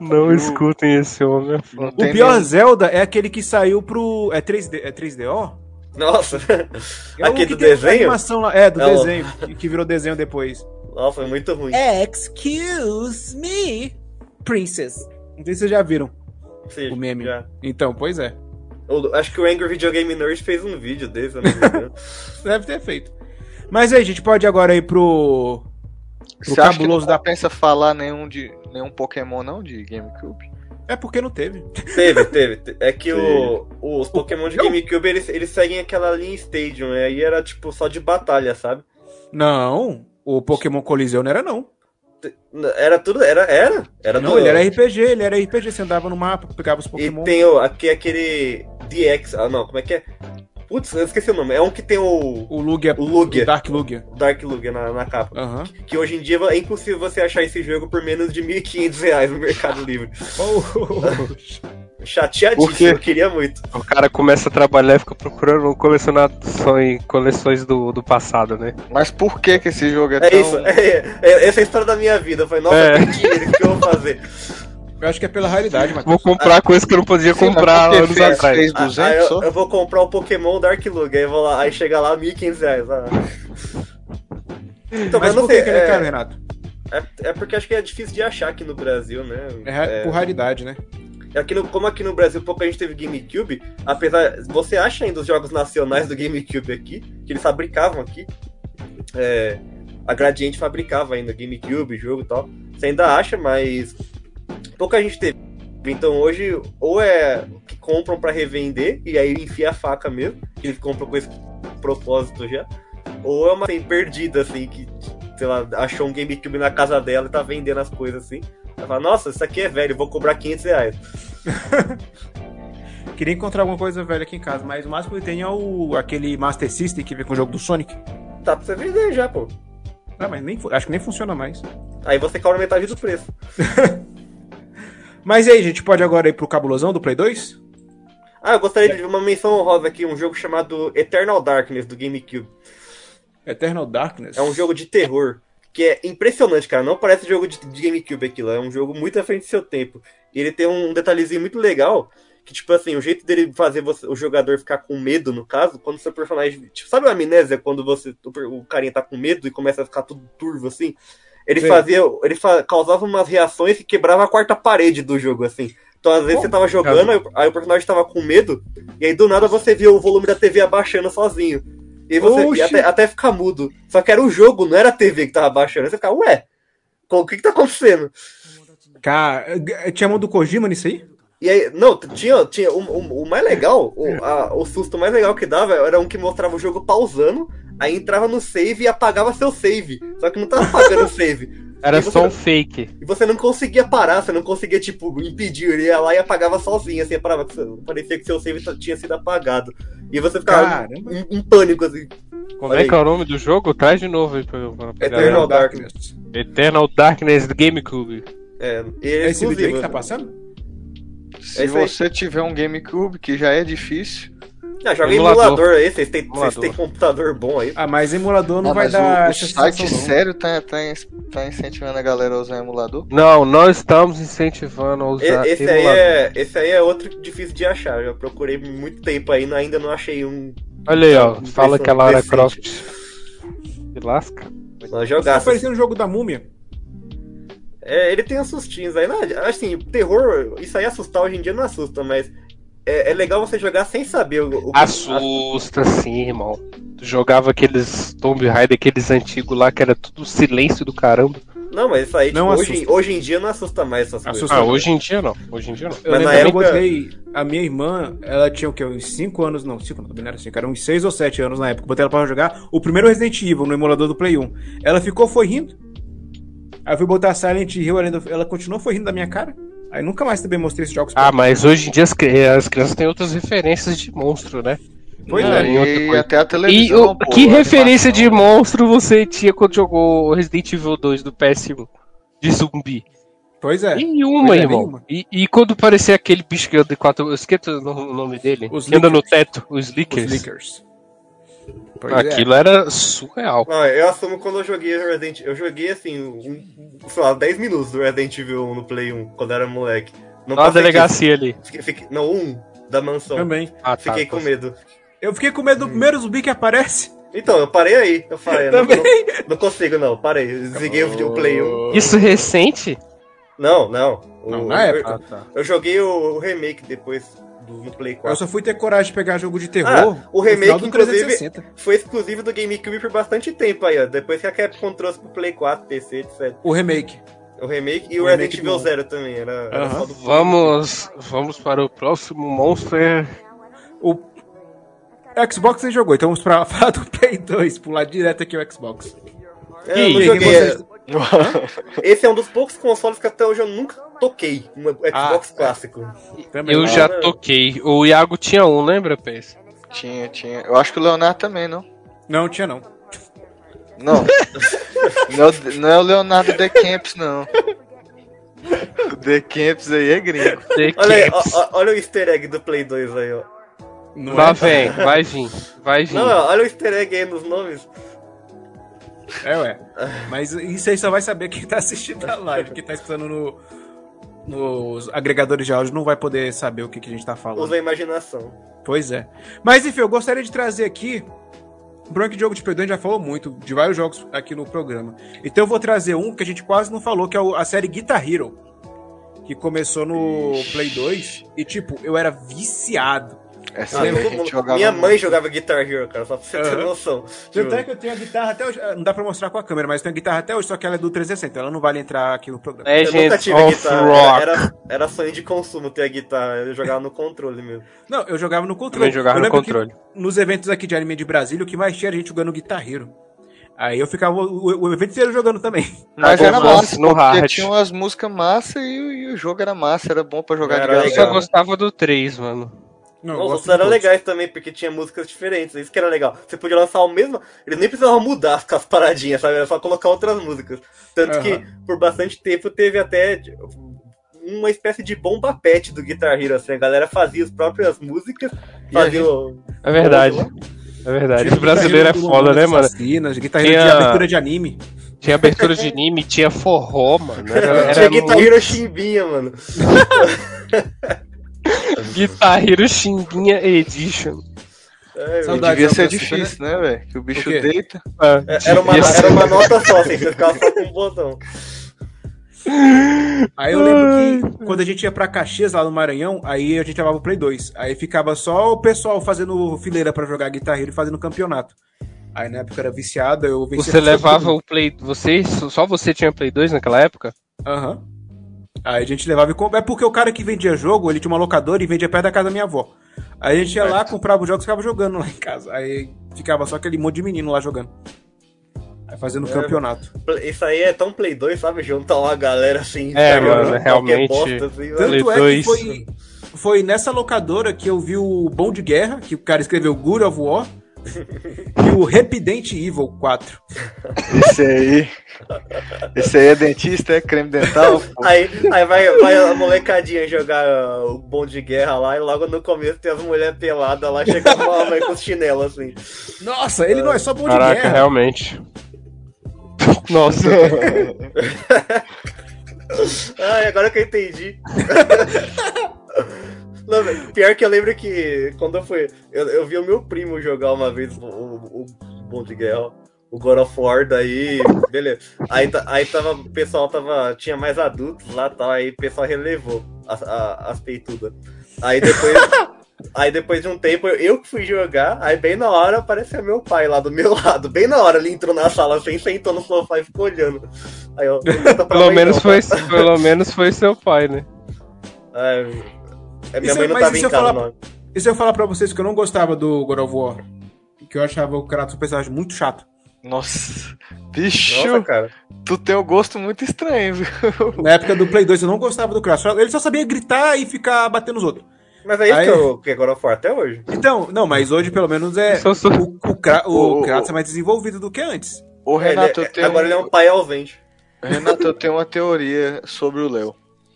[SPEAKER 3] Não escutem esse homem. é foda.
[SPEAKER 2] O
[SPEAKER 5] Tem
[SPEAKER 2] pior
[SPEAKER 5] nem-
[SPEAKER 2] Zelda é aquele que saiu pro. É 3D, é 3DO?
[SPEAKER 4] Nossa.
[SPEAKER 2] É o
[SPEAKER 4] Aqui
[SPEAKER 2] que
[SPEAKER 4] do
[SPEAKER 2] tem a
[SPEAKER 4] desenho?
[SPEAKER 2] Animação lá. É, do
[SPEAKER 4] É o-
[SPEAKER 2] desenho, que- que virou desenho depois.
[SPEAKER 4] Nossa, é muito ruim.
[SPEAKER 2] Excuse me, Princess. Não sei se vocês já viram
[SPEAKER 4] Sim,
[SPEAKER 2] o meme.
[SPEAKER 4] já.
[SPEAKER 2] Então, pois é.
[SPEAKER 4] Eu- acho que o Angry Video Game Nerd fez um vídeo desse, eu não me engano.
[SPEAKER 2] Deve ter feito. Mas aí, a gente pode ir agora ir pro. pro
[SPEAKER 5] Você acha que não
[SPEAKER 2] cabuloso da-
[SPEAKER 5] compensa falar nenhum, de, nenhum Pokémon, não, de GameCube?
[SPEAKER 2] É porque não teve.
[SPEAKER 4] teve, teve. te- É que o, os Pokémon de GameCube, eles, eles seguem aquela linha Stadium, né? aí era tipo só de batalha, sabe?
[SPEAKER 2] Não, o Pokémon Coliseu não era, não.
[SPEAKER 4] Era tudo, era, era. Era
[SPEAKER 2] Não,
[SPEAKER 4] do-
[SPEAKER 2] ele era RPG, ele era RPG. Você andava no mapa, pegava os Pokémon.
[SPEAKER 4] E tem o, aqui aquele DX, ah não, como é que é? Putz, eu esqueci o nome. É um que tem o,
[SPEAKER 2] O Lugia.
[SPEAKER 4] o Lugia.
[SPEAKER 2] O Dark Lugia.
[SPEAKER 4] o Dark Lugia na, na capa.
[SPEAKER 2] Aham.
[SPEAKER 4] Que hoje em dia é impossível você achar esse jogo por menos de 1.500 reais no Mercado Livre.
[SPEAKER 2] Oh,
[SPEAKER 4] Chateadíssimo,
[SPEAKER 3] Por quê?
[SPEAKER 4] eu queria muito.
[SPEAKER 3] O cara começa a trabalhar e fica procurando colecionações, coleções do, do passado, né?
[SPEAKER 5] Mas por que que esse jogo é,
[SPEAKER 4] É
[SPEAKER 5] tão...
[SPEAKER 4] isso, é, é- essa é a história da minha vida. Eu falei, nossa,
[SPEAKER 3] É.
[SPEAKER 4] que dinheiro, o que eu vou fazer?
[SPEAKER 2] eu acho que é pela raridade, mas.
[SPEAKER 3] Vou comprar coisa que eu não podia
[SPEAKER 5] Sei lá,
[SPEAKER 3] comprar
[SPEAKER 5] por que
[SPEAKER 3] anos
[SPEAKER 5] fez,
[SPEAKER 3] atrás.
[SPEAKER 5] fez
[SPEAKER 4] Ah,
[SPEAKER 5] 200
[SPEAKER 4] aí eu,
[SPEAKER 5] só?
[SPEAKER 4] eu vou comprar o Pokémon Dark Lugia, aí eu vou lá, aí chega lá 1.500 reais. Ah. Então,
[SPEAKER 2] Mas
[SPEAKER 4] mas não
[SPEAKER 2] por que,
[SPEAKER 4] sei,
[SPEAKER 2] que ele é caro,
[SPEAKER 4] é,
[SPEAKER 2] Renato?
[SPEAKER 4] é, é porque acho que é difícil de achar aqui no Brasil, né?
[SPEAKER 2] É, ra- por raridade, né?
[SPEAKER 4] E Aqui no- É como aqui no Brasil pouco a gente teve GameCube, apesar. Você acha ainda os jogos nacionais do GameCube aqui, que eles fabricavam aqui. É, a Gradiente fabricava ainda GameCube, jogo e tal. Você ainda acha, mas pouca gente teve. Então hoje, ou é o que compram pra revender, e aí enfia a faca mesmo, que eles compram com esse propósito já. Ou é uma assim, perdida, assim, que, sei lá, achou um GameCube na casa dela e tá vendendo as coisas assim. Ela fala, nossa, isso aqui é velho, vou cobrar 500 reais.
[SPEAKER 2] Queria encontrar alguma coisa velha aqui em casa, mas o máximo que tem é o, aquele Master System que vem com o jogo do Sonic.
[SPEAKER 4] Tá pra você vender já, pô.
[SPEAKER 2] Ah, mas nem, fu- acho que nem funciona mais.
[SPEAKER 4] Aí você cobra metade do preço.
[SPEAKER 2] Mas e aí, gente pode agora ir pro cabulosão do Play 2?
[SPEAKER 4] Ah, eu gostaria de uma menção honrosa aqui, um jogo chamado Eternal Darkness do GameCube.
[SPEAKER 2] Eternal Darkness.
[SPEAKER 4] É um jogo de terror que é impressionante, cara. Não parece jogo de, de GameCube aquilo, é um jogo muito à frente do seu tempo. E ele tem um detalhezinho muito legal que tipo assim, o jeito dele fazer você- o jogador ficar com medo, no caso, quando seu personagem. Tipo, sabe a amnésia, quando você o, per- o carinha tá com medo e começa a ficar tudo turvo assim? Ele
[SPEAKER 2] Sim.
[SPEAKER 4] fazia. Ele fa- causava umas reações que quebrava a quarta parede do jogo, assim. Então, às vezes, você tava jogando, aí, o- aí o personagem tava com medo, e aí do nada você via o volume da TV abaixando sozinho. E aí você
[SPEAKER 2] Oxi.
[SPEAKER 4] e até, até ficar mudo. Só que era o jogo, não era a TV que tava abaixando. Aí Você ficava, ué, o que que tá acontecendo?
[SPEAKER 2] Cara, eh, tinha mão do Kojima nisso aí?
[SPEAKER 4] E aí, não, t- tinha, tinha o, o, o mais legal, o, a- o susto mais legal que dava era um que mostrava o jogo pausando, aí entrava no save e apagava seu save. Só que não tava apagando o save.
[SPEAKER 3] Era
[SPEAKER 4] E você-
[SPEAKER 3] só um fake.
[SPEAKER 4] E você não conseguia parar, você não conseguia, tipo, impedir. Ele ia lá e apagava sozinho, assim, parava, que você- parecia que seu save t- tinha sido apagado. E você ficava
[SPEAKER 2] Caramba.
[SPEAKER 4] em, em pânico, assim.
[SPEAKER 3] Como
[SPEAKER 4] Olha
[SPEAKER 3] é que é
[SPEAKER 4] aí.
[SPEAKER 3] o nome do jogo? Traz de novo aí pra eu pra pegar.
[SPEAKER 4] Eternal Darkness.
[SPEAKER 3] Eternal Darkness do GameCube.
[SPEAKER 4] É, e
[SPEAKER 2] É
[SPEAKER 4] é
[SPEAKER 2] esse vídeo aí que
[SPEAKER 4] exclusivo.
[SPEAKER 2] tá passando?
[SPEAKER 5] Se
[SPEAKER 4] isso aí.
[SPEAKER 5] você tiver um GameCube, que já é difícil.
[SPEAKER 4] Ah, joga em
[SPEAKER 3] Emulador.
[SPEAKER 4] emulador aí, vocês têm, vocês
[SPEAKER 3] Emulador.
[SPEAKER 4] têm computador bom aí.
[SPEAKER 2] tá Ah, mas emulador não
[SPEAKER 5] Ah,
[SPEAKER 2] vai
[SPEAKER 5] mas
[SPEAKER 2] dar
[SPEAKER 5] o, o
[SPEAKER 2] essa
[SPEAKER 5] site
[SPEAKER 2] sensação, não.
[SPEAKER 5] sério tá, tá, tá incentivando a galera a usar emulador.
[SPEAKER 3] Não, nós estamos incentivando a
[SPEAKER 4] E-
[SPEAKER 3] usar
[SPEAKER 2] tá,
[SPEAKER 4] Esse aí,
[SPEAKER 3] emulador.
[SPEAKER 4] é, esse aí é outro difícil de achar. Eu procurei muito tempo ainda, ainda não achei um.
[SPEAKER 3] Olha aí, ó.
[SPEAKER 4] Não,
[SPEAKER 3] Fala que a
[SPEAKER 4] impressão
[SPEAKER 3] Lara
[SPEAKER 4] decente.
[SPEAKER 3] Croft se lasca.
[SPEAKER 4] Uma
[SPEAKER 2] Tá
[SPEAKER 4] jogaça.
[SPEAKER 2] parecendo o jogo da múmia.
[SPEAKER 4] É, ele tem uns sustinhos aí. Não, assim, terror, isso aí assustar hoje em dia não assusta, mas é, é legal você jogar sem saber o, o
[SPEAKER 3] Assusta sim, irmão. Tu jogava aqueles Tomb Raider, aqueles antigos lá que era tudo silêncio do caramba.
[SPEAKER 4] Não, mas isso aí,
[SPEAKER 2] Não
[SPEAKER 4] tipo, hoje,
[SPEAKER 2] assusta.
[SPEAKER 4] hoje em dia não assusta mais essas coisas.
[SPEAKER 2] Assusta.
[SPEAKER 3] Ah, hoje em dia não. Hoje em dia não.
[SPEAKER 2] Eu
[SPEAKER 4] Mas
[SPEAKER 2] lembro
[SPEAKER 4] na
[SPEAKER 2] que eu
[SPEAKER 4] época-
[SPEAKER 2] botei a minha irmã, ela tinha o quê? Uns 5 anos, não, 5 não, não era 5, era uns 6 ou 7 anos na época. Botei ela pra jogar o primeiro Resident Evil no emulador do Play 1. Ela ficou, foi rindo. Aí eu fui botar Silent Hill, ela, ainda- ela continuou, foi rindo da minha cara. Aí nunca mais também mostrei esses jogos. pra
[SPEAKER 3] Ah, mas hoje em dia as, cri- as crianças têm outras referências de monstro, né?
[SPEAKER 2] Pois
[SPEAKER 3] Não,
[SPEAKER 2] é.
[SPEAKER 3] em outra
[SPEAKER 5] E
[SPEAKER 3] coisa.
[SPEAKER 5] até a
[SPEAKER 3] E
[SPEAKER 5] televisão.
[SPEAKER 3] o-
[SPEAKER 5] pô,
[SPEAKER 3] que
[SPEAKER 5] a
[SPEAKER 3] referência de
[SPEAKER 5] animação.
[SPEAKER 3] monstro você tinha quando jogou Resident Evil 2 do PS1? De zumbi.
[SPEAKER 2] ela. Pois é.
[SPEAKER 3] Nenhuma,
[SPEAKER 2] Pois é,
[SPEAKER 3] irmão.
[SPEAKER 2] nenhuma.
[SPEAKER 3] E, e quando parecia aquele bicho que anda em quatro. Eu esqueço o no- o nome dele.
[SPEAKER 2] Os
[SPEAKER 3] que anda no teto, os
[SPEAKER 2] Os
[SPEAKER 3] Lickers.
[SPEAKER 2] leakers. Pois é.
[SPEAKER 3] Aquilo era surreal.
[SPEAKER 4] Não, eu assumo quando eu joguei Resident Eu joguei assim, um, um, sei lá, 10 minutos do Resident Evil 1 no Play 1, quando era moleque. Não
[SPEAKER 3] Na
[SPEAKER 4] passei
[SPEAKER 3] delegacia ali.
[SPEAKER 4] disso. Fiquei- fiquei- não, um da mansão.
[SPEAKER 2] Também.
[SPEAKER 3] Ah,
[SPEAKER 4] Fiquei
[SPEAKER 2] tá.
[SPEAKER 4] com medo.
[SPEAKER 2] Eu fiquei com medo do primeiro zumbi que aparece.
[SPEAKER 4] Então, eu parei aí. Eu falei, não,
[SPEAKER 2] Também.
[SPEAKER 4] não, não consigo, não. Parei. Desliguei o, o Play 1.
[SPEAKER 3] Isso recente?
[SPEAKER 4] Não, não. O-
[SPEAKER 2] Não, na
[SPEAKER 4] eu,
[SPEAKER 2] época.
[SPEAKER 4] eu joguei o, o remake depois do, no Play
[SPEAKER 2] Eu
[SPEAKER 4] 4.
[SPEAKER 2] só fui ter coragem de pegar jogo de terror.
[SPEAKER 4] Ah, o
[SPEAKER 2] no
[SPEAKER 4] remake,
[SPEAKER 2] final do
[SPEAKER 4] inclusive,
[SPEAKER 2] 360.
[SPEAKER 4] Foi exclusivo do GameCube por bastante tempo aí, ó. Depois que a Capcom trouxe pro Play 4, PC, etc.
[SPEAKER 2] O remake.
[SPEAKER 4] O remake e o,
[SPEAKER 2] O remake
[SPEAKER 4] Resident Evil
[SPEAKER 2] do-
[SPEAKER 4] Zero também. Era, era
[SPEAKER 2] Aham.
[SPEAKER 4] só do
[SPEAKER 3] Vamos, vamos para o próximo Monster.
[SPEAKER 2] O Xbox você jogou, então vamos pra falar do Play 2, pular direto aqui o Xbox.
[SPEAKER 4] É, eu
[SPEAKER 3] Ih,
[SPEAKER 4] não
[SPEAKER 3] quem
[SPEAKER 4] joguei.
[SPEAKER 2] vocês-
[SPEAKER 4] Esse é um dos poucos consoles que até hoje eu nunca toquei. Um
[SPEAKER 2] Ah, é.
[SPEAKER 4] Xbox clássico.
[SPEAKER 2] Também.
[SPEAKER 3] Eu já toquei. O Iago tinha um, lembra, PS?
[SPEAKER 5] Tinha, tinha. Eu acho que o Leonardo também, não?
[SPEAKER 2] Não, tinha não.
[SPEAKER 5] Não. não, é o- não é o Leonardo De Camps, não. O De Camps aí é gringo.
[SPEAKER 3] The
[SPEAKER 4] Olha, aí,
[SPEAKER 3] Caps.
[SPEAKER 4] ó- ó- olha o easter egg do Play 2 aí, ó.
[SPEAKER 2] Não
[SPEAKER 3] Lá
[SPEAKER 2] é?
[SPEAKER 3] vem, vai vir, vai vir.
[SPEAKER 4] Não, ó, olha o easter egg aí nos nomes.
[SPEAKER 2] É, ué. Mas isso aí só vai saber quem tá assistindo a live, quem tá escutando no, nos agregadores de áudio não vai poder saber o que, que a gente tá falando.
[SPEAKER 4] Usa a imaginação.
[SPEAKER 2] Pois é. Mas enfim, eu gostaria de trazer aqui. O Branco de Jogo de Pedro já falou muito de vários jogos aqui no programa. Então eu vou trazer um que a gente quase não falou, que é o- a série Guitar Hero. Que começou no Play 2. E tipo, eu era viciado.
[SPEAKER 5] Essa
[SPEAKER 4] Ah,
[SPEAKER 5] aí a
[SPEAKER 4] todo
[SPEAKER 5] gente
[SPEAKER 4] mundo-
[SPEAKER 5] jogava
[SPEAKER 4] Minha
[SPEAKER 5] muito.
[SPEAKER 4] mãe jogava Guitar Hero, cara, só pra você ter
[SPEAKER 2] Aham.
[SPEAKER 4] noção.
[SPEAKER 2] Tanto é
[SPEAKER 4] Tipo,
[SPEAKER 2] que eu tenho a guitarra até hoje. ah, Não dá pra mostrar com a câmera, mas eu tenho a guitarra até hoje, só que ela é do 360. Ela não vale entrar aqui no programa.
[SPEAKER 4] eu nunca
[SPEAKER 3] Legends
[SPEAKER 4] tive
[SPEAKER 3] of
[SPEAKER 4] guitarra.
[SPEAKER 3] Rock.
[SPEAKER 4] Era, era, era sonho de consumo ter a guitarra. Eu jogava no controle mesmo.
[SPEAKER 2] Não, eu jogava no controle.
[SPEAKER 3] Também jogava
[SPEAKER 2] eu
[SPEAKER 3] no
[SPEAKER 2] lembro que
[SPEAKER 3] controle.
[SPEAKER 2] nos eventos aqui de anime de Brasília, o que mais tinha era a gente jogando Guitar Hero. Aí eu ficava o, o evento inteiro jogando também.
[SPEAKER 5] Mas
[SPEAKER 3] Agora
[SPEAKER 5] era
[SPEAKER 3] massa,
[SPEAKER 5] massa,
[SPEAKER 3] no
[SPEAKER 5] pô, porque
[SPEAKER 3] hard.
[SPEAKER 5] tinha umas músicas massa e, o- e o jogo era massa, era bom pra jogar
[SPEAKER 4] Era
[SPEAKER 5] de
[SPEAKER 3] Eu
[SPEAKER 5] graça.
[SPEAKER 3] só
[SPEAKER 4] legal.
[SPEAKER 3] gostava do 3, mano.
[SPEAKER 2] Não, eu
[SPEAKER 4] Nossa,
[SPEAKER 2] gosto
[SPEAKER 4] os
[SPEAKER 2] de
[SPEAKER 4] eram
[SPEAKER 2] todos.
[SPEAKER 4] legais também, porque tinha músicas diferentes. Isso que era legal. Você podia lançar o mesmo. Eles nem precisavam mudar as, as paradinhas, sabe? Era só colocar outras músicas. Tanto
[SPEAKER 2] Aham.
[SPEAKER 4] que por bastante tempo teve até. tipo, uma espécie de bomba pet do Guitar Hero, assim. A galera fazia as próprias músicas,
[SPEAKER 5] E
[SPEAKER 4] fazia
[SPEAKER 5] a
[SPEAKER 4] o...
[SPEAKER 3] É verdade. É verdade. O brasileiro é foda, né, mano?
[SPEAKER 2] Assassinas, Guitar Hero de
[SPEAKER 3] Tinha-
[SPEAKER 2] abertura de anime.
[SPEAKER 3] Tinha abertura de anime, tinha forró, mano. Era,
[SPEAKER 4] Tinha
[SPEAKER 3] era
[SPEAKER 4] Guitar
[SPEAKER 3] muito-
[SPEAKER 4] Hero Chimbinha, mano.
[SPEAKER 3] Guitar Hero Xinguinha Edition.
[SPEAKER 4] É,
[SPEAKER 5] Não
[SPEAKER 2] Saudade
[SPEAKER 5] devia
[SPEAKER 2] de
[SPEAKER 5] ser
[SPEAKER 2] Santa
[SPEAKER 5] difícil, né, velho? Que o bicho
[SPEAKER 2] O quê?
[SPEAKER 5] deita.
[SPEAKER 3] Ah,
[SPEAKER 4] É, Era uma,
[SPEAKER 3] devia ser-
[SPEAKER 4] era uma nota só, assim, você ficava só com um botão.
[SPEAKER 2] Aí eu lembro que quando a gente ia pra Caxias, lá no Maranhão, aí a gente levava o Play 2. Aí ficava só o pessoal fazendo fileira pra jogar Guitar Hero e fazendo campeonato. Aí na época eu era viciado, eu vencia...
[SPEAKER 3] Você levava o Play. Você, só você tinha Play 2 naquela época?
[SPEAKER 2] Aham. Aí a gente levava e comprava. É porque o cara que vendia jogo, ele tinha uma locadora e vendia perto da casa da minha avó. Aí a gente ia lá, comprava os jogos e ficava jogando lá em casa. Aí ficava só aquele monte de menino lá jogando. Aí
[SPEAKER 3] É.
[SPEAKER 2] fazendo campeonato.
[SPEAKER 4] Isso aí é tão Play 2, sabe? Juntar uma galera assim.
[SPEAKER 3] É,
[SPEAKER 4] sabe,
[SPEAKER 3] mano,
[SPEAKER 4] qualquer
[SPEAKER 3] realmente.
[SPEAKER 4] assim, mano.
[SPEAKER 3] Play
[SPEAKER 2] Tanto é que
[SPEAKER 3] 2.
[SPEAKER 2] foi, foi nessa locadora que eu vi o Bom de Guerra, que o cara escreveu God of War, e o Repident Evil 4.
[SPEAKER 5] Esse aí. Esse aí é dentista, é creme dental, pô.
[SPEAKER 4] Aí, aí vai, vai a molecadinha jogar ah, o bom de guerra lá e logo no começo tem as mulheres peladas lá, chega uma mãe com os chinelos assim.
[SPEAKER 2] Nossa, ele não é só Bom de
[SPEAKER 3] Caraca,
[SPEAKER 2] Guerra.
[SPEAKER 3] realmente. Nossa,
[SPEAKER 4] Ai, agora que eu entendi. Não, velho, pior que eu lembro que quando eu fui. Eu, eu vi o meu primo jogar uma vez o, o, o Bom de Guerra, o God of War, daí. Beleza. Aí, ta- aí tava, o pessoal tava. Tinha mais adultos lá tal, aí o pessoal relevou as, a- as peitudas. Aí depois. Aí depois de um tempo eu- eu que fui jogar, aí bem na hora apareceu meu pai lá do meu lado. Bem na hora ele entrou na sala assim, sentou no sofá e ficou olhando. Aí eu.
[SPEAKER 3] pelo menos, foi, pelo menos foi seu pai, né?
[SPEAKER 4] É, é, minha
[SPEAKER 2] Isso
[SPEAKER 4] mãe
[SPEAKER 2] aí,
[SPEAKER 4] não
[SPEAKER 2] mas
[SPEAKER 4] tava
[SPEAKER 2] e
[SPEAKER 4] em
[SPEAKER 2] se eu
[SPEAKER 4] casa,
[SPEAKER 2] falar-
[SPEAKER 4] não.
[SPEAKER 2] E se eu falar pra vocês que eu não gostava do God of War? Que eu achava o Kratos um personagem muito chato.
[SPEAKER 5] Nossa.
[SPEAKER 4] Nossa,
[SPEAKER 5] Bicho,
[SPEAKER 4] cara.
[SPEAKER 5] tu tem um gosto muito estranho, viu?
[SPEAKER 2] Na época do Play 2 eu não gostava do Kratos. Ele só sabia gritar e ficar batendo os outros.
[SPEAKER 4] Mas é isso
[SPEAKER 2] Aí-
[SPEAKER 4] que, eu, que é God of War até hoje.
[SPEAKER 2] Então, não, mas hoje pelo menos é.
[SPEAKER 3] Só sou-
[SPEAKER 2] O, o, Kra- o
[SPEAKER 5] O-
[SPEAKER 2] Kratos é mais desenvolvido do que antes.
[SPEAKER 5] Ô,
[SPEAKER 4] É, ele
[SPEAKER 5] Renato,
[SPEAKER 4] é-
[SPEAKER 5] eu tenho.
[SPEAKER 4] Agora ele é um pai ausente.
[SPEAKER 5] Renato, eu tenho uma teoria sobre o Léo.